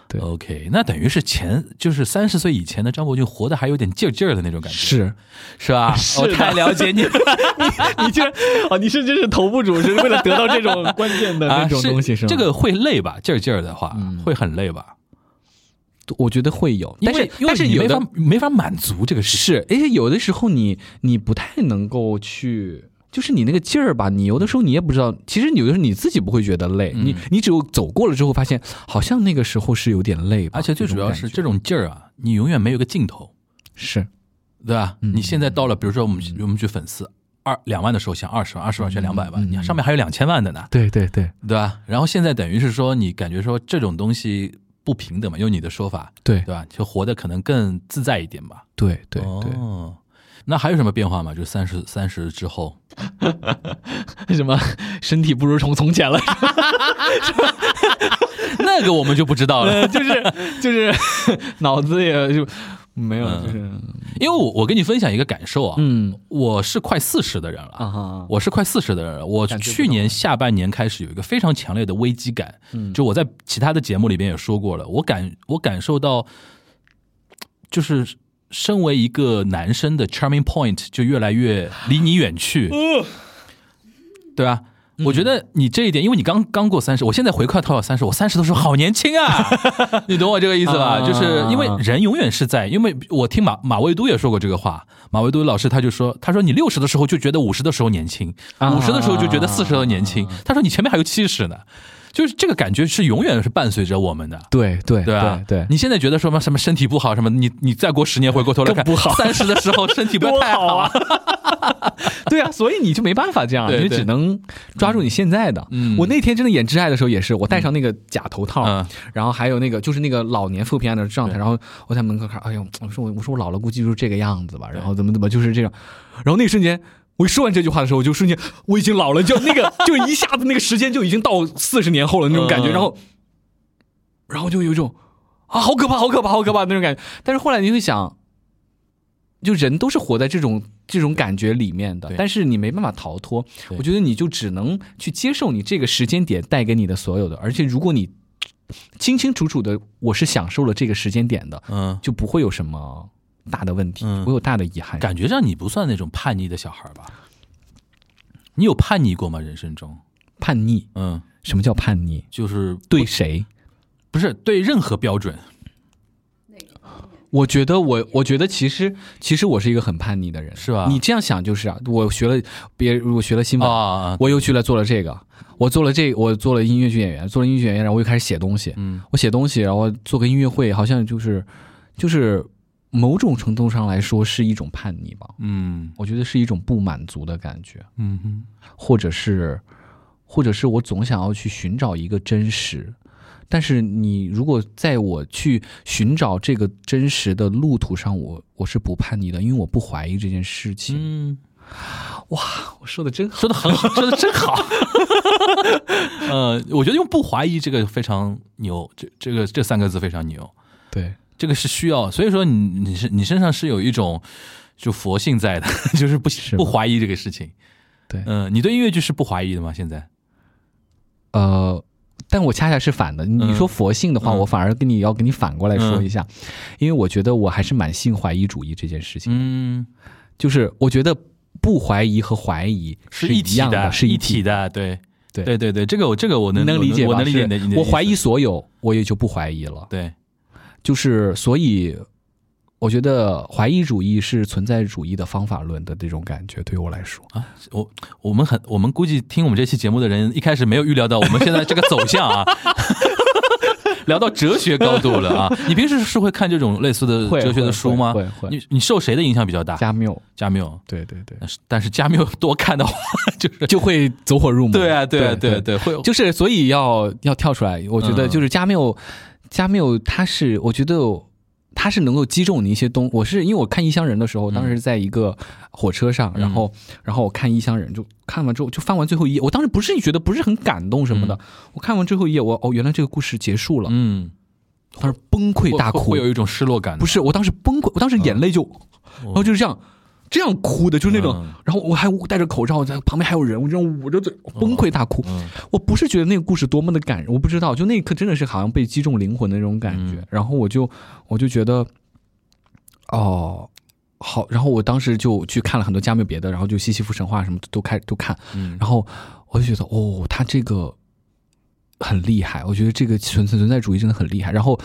Speaker 3: 对
Speaker 2: OK，那等于是前就是三十岁以前的张伯钧活得还有点劲儿劲儿的那种感觉，
Speaker 3: 是，
Speaker 2: 是吧？我太了解你了
Speaker 3: [laughs] 你居然哦，你是真是头部主是为了得到这 [laughs] 种关键的
Speaker 2: 啊！
Speaker 3: 那种东西是吗？
Speaker 2: 这个会累吧？劲儿劲儿的话
Speaker 3: 嗯，
Speaker 2: 会很累吧？
Speaker 3: 我觉得会有，
Speaker 2: 因
Speaker 3: 但
Speaker 2: 为
Speaker 3: 是
Speaker 2: 因为
Speaker 3: 但是
Speaker 2: 你
Speaker 3: 有
Speaker 2: 没
Speaker 3: 的
Speaker 2: 法没法满足这个事情。
Speaker 3: 是，而且有的时候你你不太能够去，就是你那个劲儿吧，你有的时候你也不知道，其实有的时候你自己不会觉得累，你你只有走过了之后发现，好像那个时候是有点累吧，
Speaker 2: 而且最
Speaker 3: 这
Speaker 2: 主
Speaker 3: 种
Speaker 2: 要
Speaker 3: 感
Speaker 2: 是
Speaker 3: 觉
Speaker 2: 这种劲儿啊，你永远没有个尽头，
Speaker 3: 是
Speaker 2: 对吧？
Speaker 3: 嗯
Speaker 2: 你现在到了，比如说我们我们举粉丝二两万的时候想二十万，二十万选两百万，
Speaker 3: 嗯
Speaker 2: 你上面还有两千万的呢，
Speaker 3: 对对对
Speaker 2: 对吧？然后现在等于是说，你感觉说这种东西不平等嘛，用你的说法，
Speaker 3: 对
Speaker 2: 对吧？就活得可能更自在一点吧。
Speaker 3: 对对对，
Speaker 2: 哦，那还有什么变化吗？就三十三十之后，
Speaker 3: [laughs]
Speaker 2: [laughs]
Speaker 3: 什么 [laughs] 身体不如从从前了， [laughs]
Speaker 2: 那个我们就不知道
Speaker 3: [laughs]
Speaker 2: 了，
Speaker 3: 就是就是脑子也就没有，
Speaker 2: 嗯
Speaker 3: 就是
Speaker 2: 因为我我跟你分享一个感受啊，
Speaker 3: 嗯
Speaker 2: 我是快四十的人了
Speaker 3: 啊哈，
Speaker 2: 我是快四十的人了，我
Speaker 3: 感觉不啊嗯
Speaker 2: 去年下半年开始有一个非常强烈的危机感，就我在其他的节目里边也说过了，我感我感受到，就是身为一个男生的 charming point 就越来越离你远去，对吧？
Speaker 3: 嗯
Speaker 2: 我觉得你这一点，因为你刚刚过三十，我现在回看到三十，我三十的时候好年轻
Speaker 3: [laughs]
Speaker 2: 啊，你懂我这个意思吧？
Speaker 3: 啊
Speaker 2: 就是因为人永远是在，因为我听马马未都也说过这个话，马未都老师他就说，他说你六十的时候就觉得五十的时候年轻，
Speaker 3: 啊
Speaker 2: 五十的时候就觉得四十的年轻，他说你前面还有七十呢，就是这个感觉是永远是伴随着我们的。
Speaker 3: 对啊对
Speaker 2: 对吧？
Speaker 3: 对，
Speaker 2: 你现在觉得说什么什么身体不好什么，你你再过十年回过头来看，
Speaker 3: 更不好
Speaker 2: 三十的时候身体不要
Speaker 3: [laughs] 多
Speaker 2: 太
Speaker 3: 好
Speaker 2: 啊
Speaker 3: 啊， [laughs] 对啊，所以你就没办法这样，
Speaker 2: 对
Speaker 3: 你就
Speaker 2: 对
Speaker 3: 只能抓住你现在的。
Speaker 2: 嗯
Speaker 3: 我那天真的演挚爱的时候也是，我戴上那个假头套，
Speaker 2: 嗯
Speaker 3: 然后还有那个就是那个老年妇平安的状态，然后我在门口看，哎呦，我说我我说我老了，估计就是这个样子吧，然后怎么怎么就是这样，然后那一瞬间。我一说完这句话的时候，我就瞬间我已经老了，就那个就一下子那个时间就已经到四十年后了那种感
Speaker 2: 嗯
Speaker 3: 觉，然后，然后就有一种啊，好可怕，好可怕，好可怕那种感觉。但是后来你会想，就人都是活在这种这种感觉里面的
Speaker 2: 对，
Speaker 3: 但是你没办法逃脱。
Speaker 2: 对
Speaker 3: 我觉得你就只能去接受你这个时间点带给你的所有的，而且如果你清清楚楚的，我是享受了这个时间点的，
Speaker 2: 嗯，
Speaker 3: 就不会有什么大的问题，
Speaker 2: 嗯
Speaker 3: 不会有大的遗憾。
Speaker 2: 感觉上你不算那种叛逆的小孩吧？你有叛逆过吗？人生中，
Speaker 3: 叛逆，
Speaker 2: 嗯，
Speaker 3: 什么叫叛逆？
Speaker 2: 就是
Speaker 3: 对谁？
Speaker 2: 不是对任何标准，
Speaker 3: 我觉得我，我觉得其实其实我是一个很叛逆的人，
Speaker 2: 是吧
Speaker 3: 你这样想就是啊，我学了别，我学了新闻，
Speaker 2: 啊，
Speaker 3: 我又去了做了这个，我做了这，我做了音乐剧演员，做了音乐剧演员，然后我又开始写东西，
Speaker 2: 嗯，
Speaker 3: 我写东西，然后做个音乐会，好像就是就是某种程度上来说是一种叛逆吧，
Speaker 2: 嗯
Speaker 3: 我觉得是一种不满足的感觉，
Speaker 2: 嗯哼
Speaker 3: 或者是或者是我总想要去寻找一个真实。但是你如果在我去寻找这个真实的路途上，我我是不叛逆的，因为我不怀疑这件事情。
Speaker 2: 嗯，
Speaker 3: 我说的真好，
Speaker 2: 说的很好，说的真
Speaker 3: [laughs]
Speaker 2: 好。呃，我觉得用“不怀疑”这个非常牛，这这个这三个字非常牛，
Speaker 3: 对，
Speaker 2: 这个是需要。所以说你你是你身上是有一种就佛性在的， [laughs] 就是不
Speaker 3: 是
Speaker 2: 不
Speaker 3: 吗
Speaker 2: 怀疑这个事情。
Speaker 3: 对
Speaker 2: 嗯、你对音乐剧是不怀疑的吗？现在
Speaker 3: 呃，但我恰恰是反的。你
Speaker 2: 嗯
Speaker 3: 你说佛性的话，
Speaker 2: 嗯
Speaker 3: 我反而跟你要跟你反过来说
Speaker 2: 嗯
Speaker 3: 一下，因为我觉得我还是蛮信怀疑主义这件事情，
Speaker 2: 嗯，
Speaker 3: 就是我觉得不怀疑和怀疑
Speaker 2: 是
Speaker 3: 一
Speaker 2: 一体
Speaker 3: 样
Speaker 2: 的，
Speaker 3: 是
Speaker 2: 一
Speaker 3: 体
Speaker 2: 体。的，对
Speaker 3: 对
Speaker 2: 对对对，这个我这个我
Speaker 3: 你
Speaker 2: 能我
Speaker 3: 理解
Speaker 2: 我
Speaker 3: 吧？
Speaker 2: 能理解
Speaker 3: 是
Speaker 2: 你的。你的
Speaker 3: 我
Speaker 2: 意思
Speaker 3: 怀疑所有，我也就不怀疑了。
Speaker 2: 对，
Speaker 3: 就是所以，我觉得怀疑主义是存在主义的方法论的这种感觉，对于我来说，
Speaker 2: 我我们很，我们估计听我们这期节目的人一开始没有预料到我们现在这个走向啊， [laughs] 聊到哲学高度了啊。你平时是会看这种类似的呃
Speaker 3: 会啊
Speaker 2: 哲学的书吗？
Speaker 3: 会会会
Speaker 2: 你你受谁的影响比较大？
Speaker 3: 加缪，
Speaker 2: 加缪，
Speaker 3: 对对对，
Speaker 2: 但是但是加缪 [laughs] 多看的话，就是
Speaker 3: 就会走火入魔。
Speaker 2: 对啊对啊对
Speaker 3: 嗯对
Speaker 2: 啊对啊，会
Speaker 3: 就是所以要要跳出来，我觉得
Speaker 2: 嗯
Speaker 3: 就是加缪，加缪他是我觉得他是能够击中你一些东，我是因为我看《异乡人》的时候，当时在一个火车上，
Speaker 2: 嗯
Speaker 3: 然后然后我看《异乡人》就看完之后就翻完最后一页，我当时不是觉得不是很感动什么的，我看完最后一页，我哦原来这个故事结束了，
Speaker 2: 嗯，
Speaker 3: 当时崩溃
Speaker 2: 会
Speaker 3: 大
Speaker 2: 会
Speaker 3: 哭
Speaker 2: 会，有一种失落感的。嗯
Speaker 3: 不是我当时崩溃，我当时眼泪就，然后就是这样。这样哭的，就是那种，
Speaker 2: 嗯
Speaker 3: 然后我还戴着口罩，在旁边还有人，我这样捂着嘴崩溃大哭。
Speaker 2: 嗯
Speaker 3: 我不是觉得那个故事多么的感人，我不知道，就那一刻真的是好像被击中灵魂的那种感觉。
Speaker 2: 嗯
Speaker 3: 然后我就我就觉得，哦，好，然后我当时就去看了很多加缪别的，然后就西西弗神话什么的都开都看，
Speaker 2: 嗯
Speaker 3: 然后我就觉得，哦，他这个很厉害，我觉得这个存存存在主义真的很厉害。然后，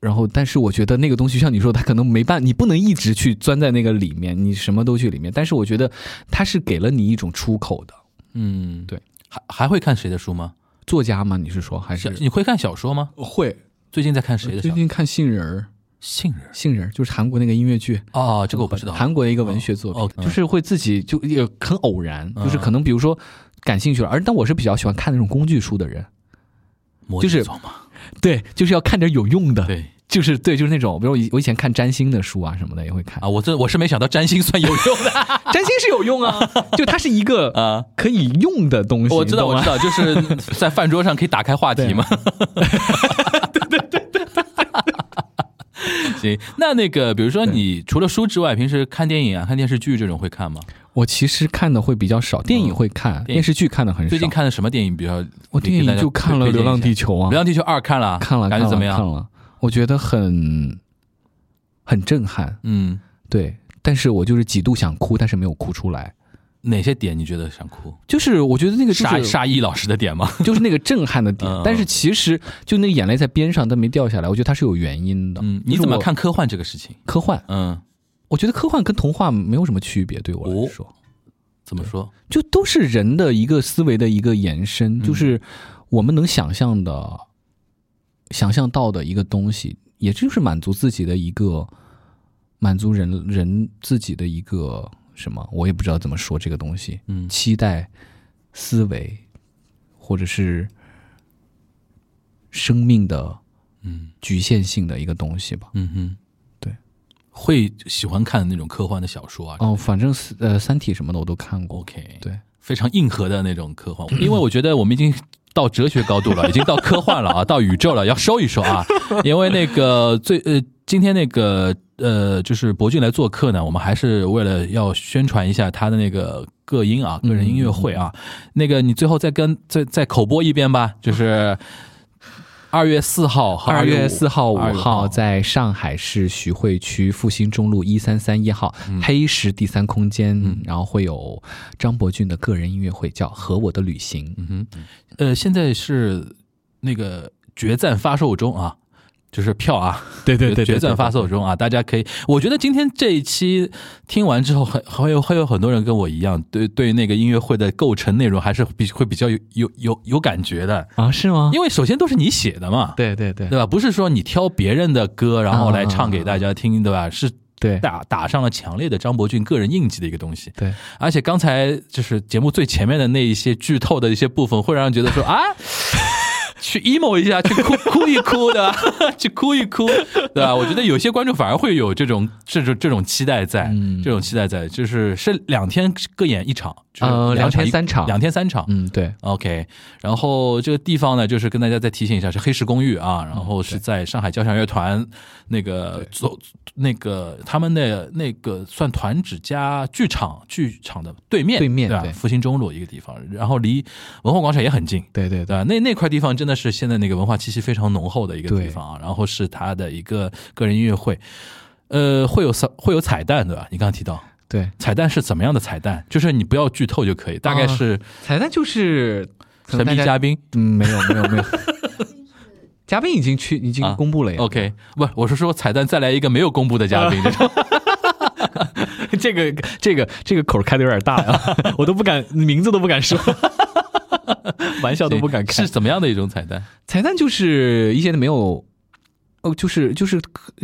Speaker 3: 然后，但是我觉得那个东西，像你说，他可能没办，你不能一直去钻在那个里面，你什么都去里面。但是我觉得他是给了你一种出口的。
Speaker 2: 嗯，
Speaker 3: 对，
Speaker 2: 还还会看谁的书吗？
Speaker 3: 作家吗？你是说还
Speaker 2: 小
Speaker 3: 是
Speaker 2: 你会看小说吗？
Speaker 3: 会？
Speaker 2: 最近在看谁的小
Speaker 3: 最
Speaker 2: 说？
Speaker 3: 近看《杏仁儿
Speaker 2: 杏仁》，
Speaker 3: 杏仁儿就是韩国那个音乐剧，
Speaker 2: 哦，这个我不知道。
Speaker 3: 韩国的一个文学作品，
Speaker 2: 哦哦
Speaker 3: 就是会自己就也很偶然，
Speaker 2: 嗯
Speaker 3: 就是可能比如说感兴趣了，而但我是比较喜欢看那种工具书的人，
Speaker 2: 摩
Speaker 3: 就是呃
Speaker 2: 羯座嘛，
Speaker 3: 对，就是要看点有用的，
Speaker 2: 对
Speaker 3: 就是对，就是那种，比如我以我以前看占星的书啊什么的也会看，
Speaker 2: 啊，我这我是没想到占星算有用
Speaker 3: [laughs]
Speaker 2: 的
Speaker 3: 占星是有用啊，就它是一个
Speaker 2: 啊。
Speaker 3: 可以用的东西，
Speaker 2: 哦我知道，我知
Speaker 3: 道。
Speaker 2: 道，
Speaker 3: [laughs]
Speaker 2: 就是在饭桌上可以打开话题嘛。对对
Speaker 3: [laughs]
Speaker 2: 对对。 [laughs] 行，那那个，比如说，你除了书之外，平时看电影啊、看电视剧这种会看吗？
Speaker 3: 我其实看的会比较少，电影会看，
Speaker 2: 哦电影
Speaker 3: 电视剧看的很少。
Speaker 2: 最近看的什么电影比较？
Speaker 3: 我电
Speaker 2: 给大
Speaker 3: 影
Speaker 2: 家
Speaker 3: 就看了《
Speaker 2: 推荐
Speaker 3: 流
Speaker 2: 一
Speaker 3: 浪
Speaker 2: 下
Speaker 3: 地球》
Speaker 2: 《
Speaker 3: 啊
Speaker 2: 流，浪地球二》看了，
Speaker 3: 看了，
Speaker 2: 感觉
Speaker 3: 看
Speaker 2: 怎么
Speaker 3: 了看
Speaker 2: 样？
Speaker 3: 了，我觉得很很震撼，
Speaker 2: 嗯，
Speaker 3: 对。但是我就是几度想哭，但是没有哭出来。
Speaker 2: 哪些点你觉得想哭？
Speaker 3: 就是我觉得那个就
Speaker 2: 沙
Speaker 3: 是
Speaker 2: 沙溢老师的点
Speaker 3: [laughs]
Speaker 2: 吗？
Speaker 3: 就是那个震撼的点
Speaker 2: 嗯嗯，
Speaker 3: 但是其实就那个眼泪在边上，但没掉下来。我觉得它是有原因的。
Speaker 2: 嗯，
Speaker 3: 就
Speaker 2: 你
Speaker 3: 是
Speaker 2: 怎么
Speaker 3: 我
Speaker 2: 看科幻这个事情？
Speaker 3: 科幻？
Speaker 2: 嗯，
Speaker 3: 我觉得科幻跟童话没有什么区别，对我来说，
Speaker 2: 怎么说？
Speaker 3: 就都是人的一个思维的一个延伸，就是我们能想象的、想象到的一个东西，也就是满足自己的一个满足人人自己的一个什么，我也不知道怎么说这个东西，
Speaker 2: 嗯
Speaker 3: 期待、思维，或者是生命的
Speaker 2: 嗯
Speaker 3: 局限性的一个东西吧。
Speaker 2: 嗯哼，
Speaker 3: 对，
Speaker 2: 会喜欢看那种科幻的小说啊。
Speaker 3: 哦，反正呃，《三体》什么的我都看过，
Speaker 2: OK，
Speaker 3: 对。
Speaker 2: 非常硬核的那种科幻， [clears throat] 因为我觉得我们已经。到哲学高度
Speaker 3: [laughs]
Speaker 2: 了，已经到科幻了啊，到宇宙了，要收一收啊！因为那个最呃，今天那个呃，就是博俊来做客呢，我们还是为了要宣传一下他的那个个音
Speaker 3: 嗯
Speaker 2: 啊，个人音乐会啊。那个你最后再跟再再口播一遍吧，就是二月四号和
Speaker 3: 二月
Speaker 2: 月
Speaker 3: 四号、五
Speaker 2: 2月5号
Speaker 3: 号在上海市徐汇区复兴中路一三三一号、黑石第三空间，然后会有张伯钧的个人音乐会，叫《和我的旅行》。
Speaker 2: 呃，现在是那个决战发售中啊，就是票啊，
Speaker 3: 对
Speaker 2: 决战发售中啊，大家可以，我觉得今天这一期听完之后，很会有会有很多人跟我一样，对对那个音乐会的构成内容还是比会比较有有有有感觉的，
Speaker 3: 啊，是吗？
Speaker 2: 因为首先都是你写的嘛，
Speaker 3: 对对对
Speaker 2: 对吧？不是说你挑别人的歌然后来
Speaker 3: 啊
Speaker 2: 唱给大家听，对吧？是
Speaker 3: 对
Speaker 2: 打打上了强烈的张伯钧个人印记的一个东西。
Speaker 3: 对，
Speaker 2: 而且刚才就是节目最前面的那一些剧透的一些部分，会让人觉得说啊。 [laughs] 去 emo 一下，去哭哭一哭的， [laughs] 去哭一哭，对吧？我觉得有些观众反而会有这种这种这种期待在，
Speaker 3: 嗯
Speaker 2: 这种期待在，就是是两天各演一场，就是
Speaker 3: 呃
Speaker 2: 两
Speaker 3: 两天三场
Speaker 2: 两天三场，
Speaker 3: 嗯，对，
Speaker 2: OK，然后这个地方呢，就是跟大家再提醒一下，是黑石公寓
Speaker 3: 嗯
Speaker 2: 啊，然后是在上海交响乐团那个走那个他们的那个算团址加剧场剧场的对面，
Speaker 3: 对面
Speaker 2: 对吧
Speaker 3: 对
Speaker 2: 复兴中路一个地方，然后离文化广场也很近，
Speaker 3: 对对对
Speaker 2: 对吧？那那块地方真的是现在那个文化气息非常浓厚的一个地
Speaker 3: 对
Speaker 2: 方啊，然后是他的一个个人音乐会，呃，会有彩会有彩蛋对吧？你刚刚提到。
Speaker 3: 对，
Speaker 2: 彩蛋是怎么样的彩蛋？就是你不要剧透就可以，大概
Speaker 3: 啊
Speaker 2: 是
Speaker 3: 彩蛋就是
Speaker 2: 神
Speaker 3: 可能大
Speaker 2: 秘
Speaker 3: 家
Speaker 2: 嘉宾，
Speaker 3: 嗯，没有没有 [laughs] 没有，嘉宾已经去已经
Speaker 2: 啊
Speaker 3: 公布了呀。
Speaker 2: OK，不，我是说彩蛋再来一个没有公布的嘉
Speaker 3: [laughs]
Speaker 2: 宾，这种
Speaker 3: 这个这个这个口儿开的有点大呀， [laughs] 我都不敢名字都不敢说，玩笑都不敢开。
Speaker 2: 是怎么样的一种彩蛋？
Speaker 3: 彩蛋就是一些没有，哦，就是就是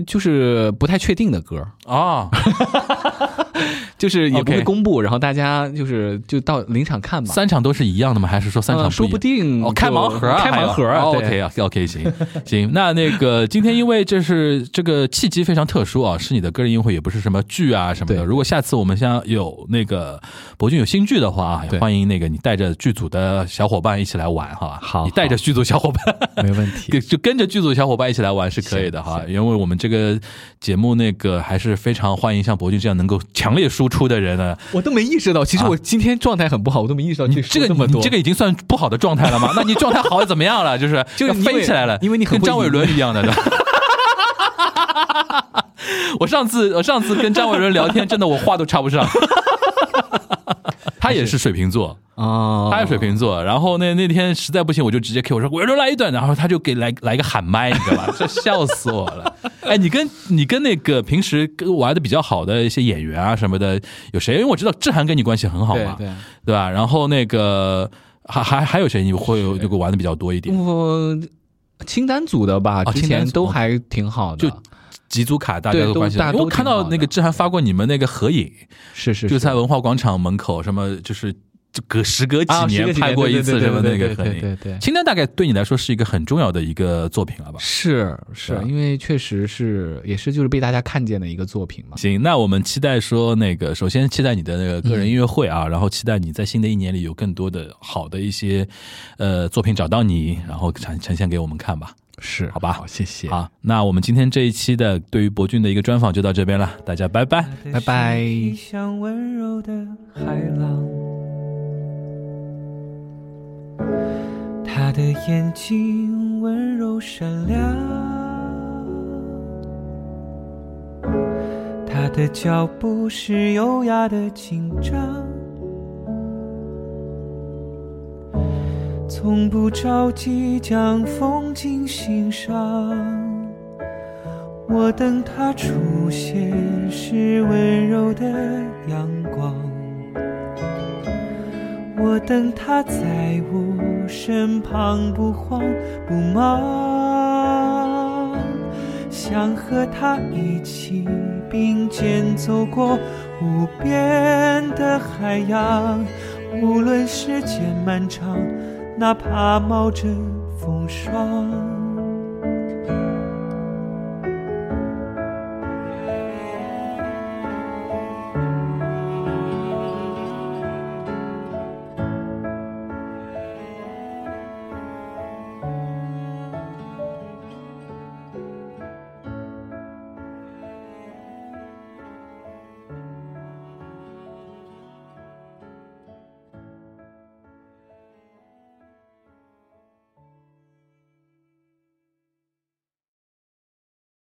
Speaker 3: 就是不太确定的歌，
Speaker 2: 哦，
Speaker 3: 就是也不
Speaker 2: OK
Speaker 3: 会公布然后大家就是就到临场看吧。
Speaker 2: 三场都是一样的吗？还是说三场
Speaker 3: 呃说
Speaker 2: 不
Speaker 3: 不
Speaker 2: 一样？
Speaker 3: 定
Speaker 2: 哦，
Speaker 3: 就
Speaker 2: 开盲盒啊，
Speaker 3: 开盲盒啊。对 [laughs]
Speaker 2: OK 啊，OK，行行。那那个今天因为这是这个契机非常特殊啊，是你的个人音乐会，也不是什么剧啊什么的。
Speaker 3: 对
Speaker 2: 如果下次我们像有那个博君有新剧的话啊，
Speaker 3: 对
Speaker 2: 欢迎那个你带着剧组的小伙伴一起来玩，好吧？
Speaker 3: 好
Speaker 2: 你带着剧组小伙伴
Speaker 3: 没问题。
Speaker 2: 就跟着剧组小伙伴一起来玩是可以的哈，因为我们这个节目那个还是非常欢迎像博俊这样能够抢强烈输出的人啊呢，
Speaker 3: 我都没意识到，其实
Speaker 2: 啊
Speaker 3: 我今天状态很不好，我都没意识到
Speaker 2: 你
Speaker 3: 去
Speaker 2: 这
Speaker 3: 说
Speaker 2: 个
Speaker 3: 这么
Speaker 2: 你
Speaker 3: 多。
Speaker 2: 这个已经算不好的状态了
Speaker 3: [laughs]
Speaker 2: 吗？那你状态好怎么样了？就是
Speaker 3: 就是
Speaker 2: 要
Speaker 3: 因为
Speaker 2: 飞起来了，
Speaker 3: 因为你很
Speaker 2: 跟
Speaker 3: 会
Speaker 2: 张伟
Speaker 3: 赢
Speaker 2: 伦一样的。对
Speaker 3: [laughs]
Speaker 2: 吧我上次我上次跟张伟伦聊天，真的我话都插不
Speaker 3: [laughs]
Speaker 2: 上。他也是水瓶座，
Speaker 3: 啊，
Speaker 2: 他是水瓶座，然后那那天实在不行，我就直接 Q 我说我要来一段，然后他就给来来一个喊麦，你知道吧？这笑死我了。哎，你跟你跟那个平时跟玩的比较好的一些演员啊什么的，有谁？因为我知道志涵跟你关系很好
Speaker 3: 对
Speaker 2: 嘛，
Speaker 3: 对。
Speaker 2: 对吧？然后那个还还还有谁你会有那个玩的比较多一点？
Speaker 3: 我清单组的吧，
Speaker 2: 哦
Speaker 3: 之
Speaker 2: 清单
Speaker 3: 前
Speaker 2: 组
Speaker 3: 都还挺好的，
Speaker 2: 就吉祖卡大家都
Speaker 3: 对都
Speaker 2: 关系，
Speaker 3: 大家
Speaker 2: 因为我
Speaker 3: 都
Speaker 2: 看
Speaker 3: 挺好
Speaker 2: 到
Speaker 3: 的
Speaker 2: 那个志涵发过你们那个合影，
Speaker 3: 是是
Speaker 2: 就是在文化广场门口，什么就是就隔时隔几
Speaker 3: 啊，十
Speaker 2: 年
Speaker 3: 个几
Speaker 2: 拍过
Speaker 3: 对
Speaker 2: 一
Speaker 3: 对
Speaker 2: 次
Speaker 3: 对
Speaker 2: 什么
Speaker 3: 对
Speaker 2: 那个
Speaker 3: 对
Speaker 2: 合
Speaker 3: 对
Speaker 2: 影。
Speaker 3: 对对，
Speaker 2: 清单大概对你来说是一个很重要的一个作品
Speaker 3: 啊
Speaker 2: 了吧？
Speaker 3: 是是
Speaker 2: 对啊，
Speaker 3: 因为确实是也是就是被大家看见的一个作品嘛。
Speaker 2: 行，那我们期待说那个，首先期待你的那个个
Speaker 3: 嗯
Speaker 2: 人音乐会啊，然后期待你在新的一年里有更多的好的一些呃作品找到你，然后呈呈现给我们看吧。
Speaker 3: 是，
Speaker 2: 好吧
Speaker 3: 好，谢谢，
Speaker 2: 好，那我们今天这一期的对于博俊的一个专访就到这边了，大家拜拜。
Speaker 3: 拜拜
Speaker 4: 像温柔的海浪，他的眼睛温柔闪亮，他的脚步是优雅的紧张，从不着急将风景欣赏。我等他出现是温柔的阳光，我等他在我身旁不慌不忙，想和他一起并肩走过无边的海洋，无论时间漫长，哪怕冒着风霜。